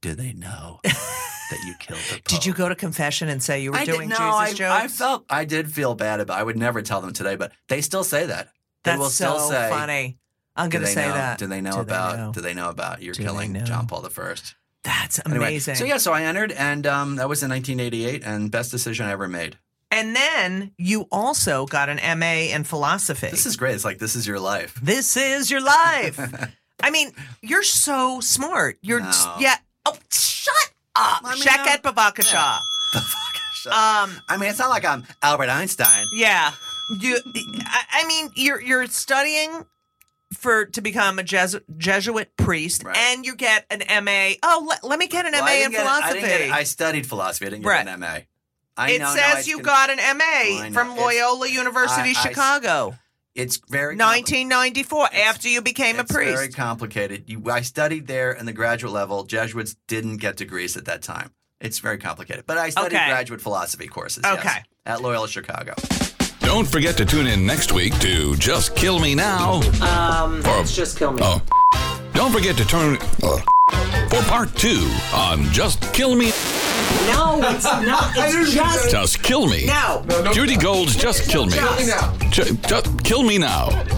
S3: "Do they know that you killed the Pope?"
S2: Did you go to confession and say you were
S3: I did-
S2: doing
S3: no,
S2: Jesus
S3: I,
S2: jokes?
S3: I felt I did feel bad about. I would never tell them today, but they still say that. They
S2: That's
S3: will
S2: so
S3: still say,
S2: funny. I'm
S3: "Do
S2: gonna
S3: they
S2: say
S3: know,
S2: that.
S3: Do they know
S2: Do they
S3: about?
S2: know?
S3: Do they know about? You're
S2: Do they
S3: killing
S2: know?
S3: John Paul the First.
S2: That's
S3: Anyway,
S2: amazing.
S3: So yeah, so I entered, and um, that was in 1988, and best decision I ever made.
S2: And then you also got an MA in philosophy.
S3: This is great. It's like this is your life.
S2: This is your life. I mean, you're so smart. You're
S3: No.
S2: s- yeah. Oh, shut up,
S3: I mean,
S2: Shakat Babakasha. Um,
S3: uh, I mean, it's not like I'm Albert Einstein.
S2: yeah. You, I, I mean, you're you're studying for to become a Jesu- Jesuit priest,
S3: Right.
S2: and you get an MA. Oh, let, let me get an
S3: Well, I
S2: MA
S3: didn't
S2: in
S3: get- I,
S2: philosophy.
S3: didn't get- I studied philosophy. I didn't get
S2: Right.
S3: an MA. I
S2: it
S3: know, no,
S2: says
S3: I
S2: you
S3: can-
S2: got an
S3: I
S2: MA
S3: know.
S2: from
S3: It's-
S2: Loyola University,
S3: I- I-
S2: Chicago,
S3: It's very compli-
S2: 1994.
S3: It's-
S2: after you became a
S3: It's very
S2: priest,
S3: complicated. You, I studied there in the graduate level. Jesuits didn't get degrees at that time. It's very complicated. But I studied
S2: Okay.
S3: graduate philosophy courses. yes,
S2: Okay.
S3: at Loyola Chicago.
S6: Don't forget to tune in next week to Just Kill Me Now.
S4: Um,
S6: Or-
S4: it's just kill me.
S6: Oh. Don't forget to turn uh, for part two on Just Kill Me.
S4: No, it's not. It's just
S6: Just Kill Me.
S4: no.
S6: Judy Gold's Just Kill Me. Ju- just Kill Me Now.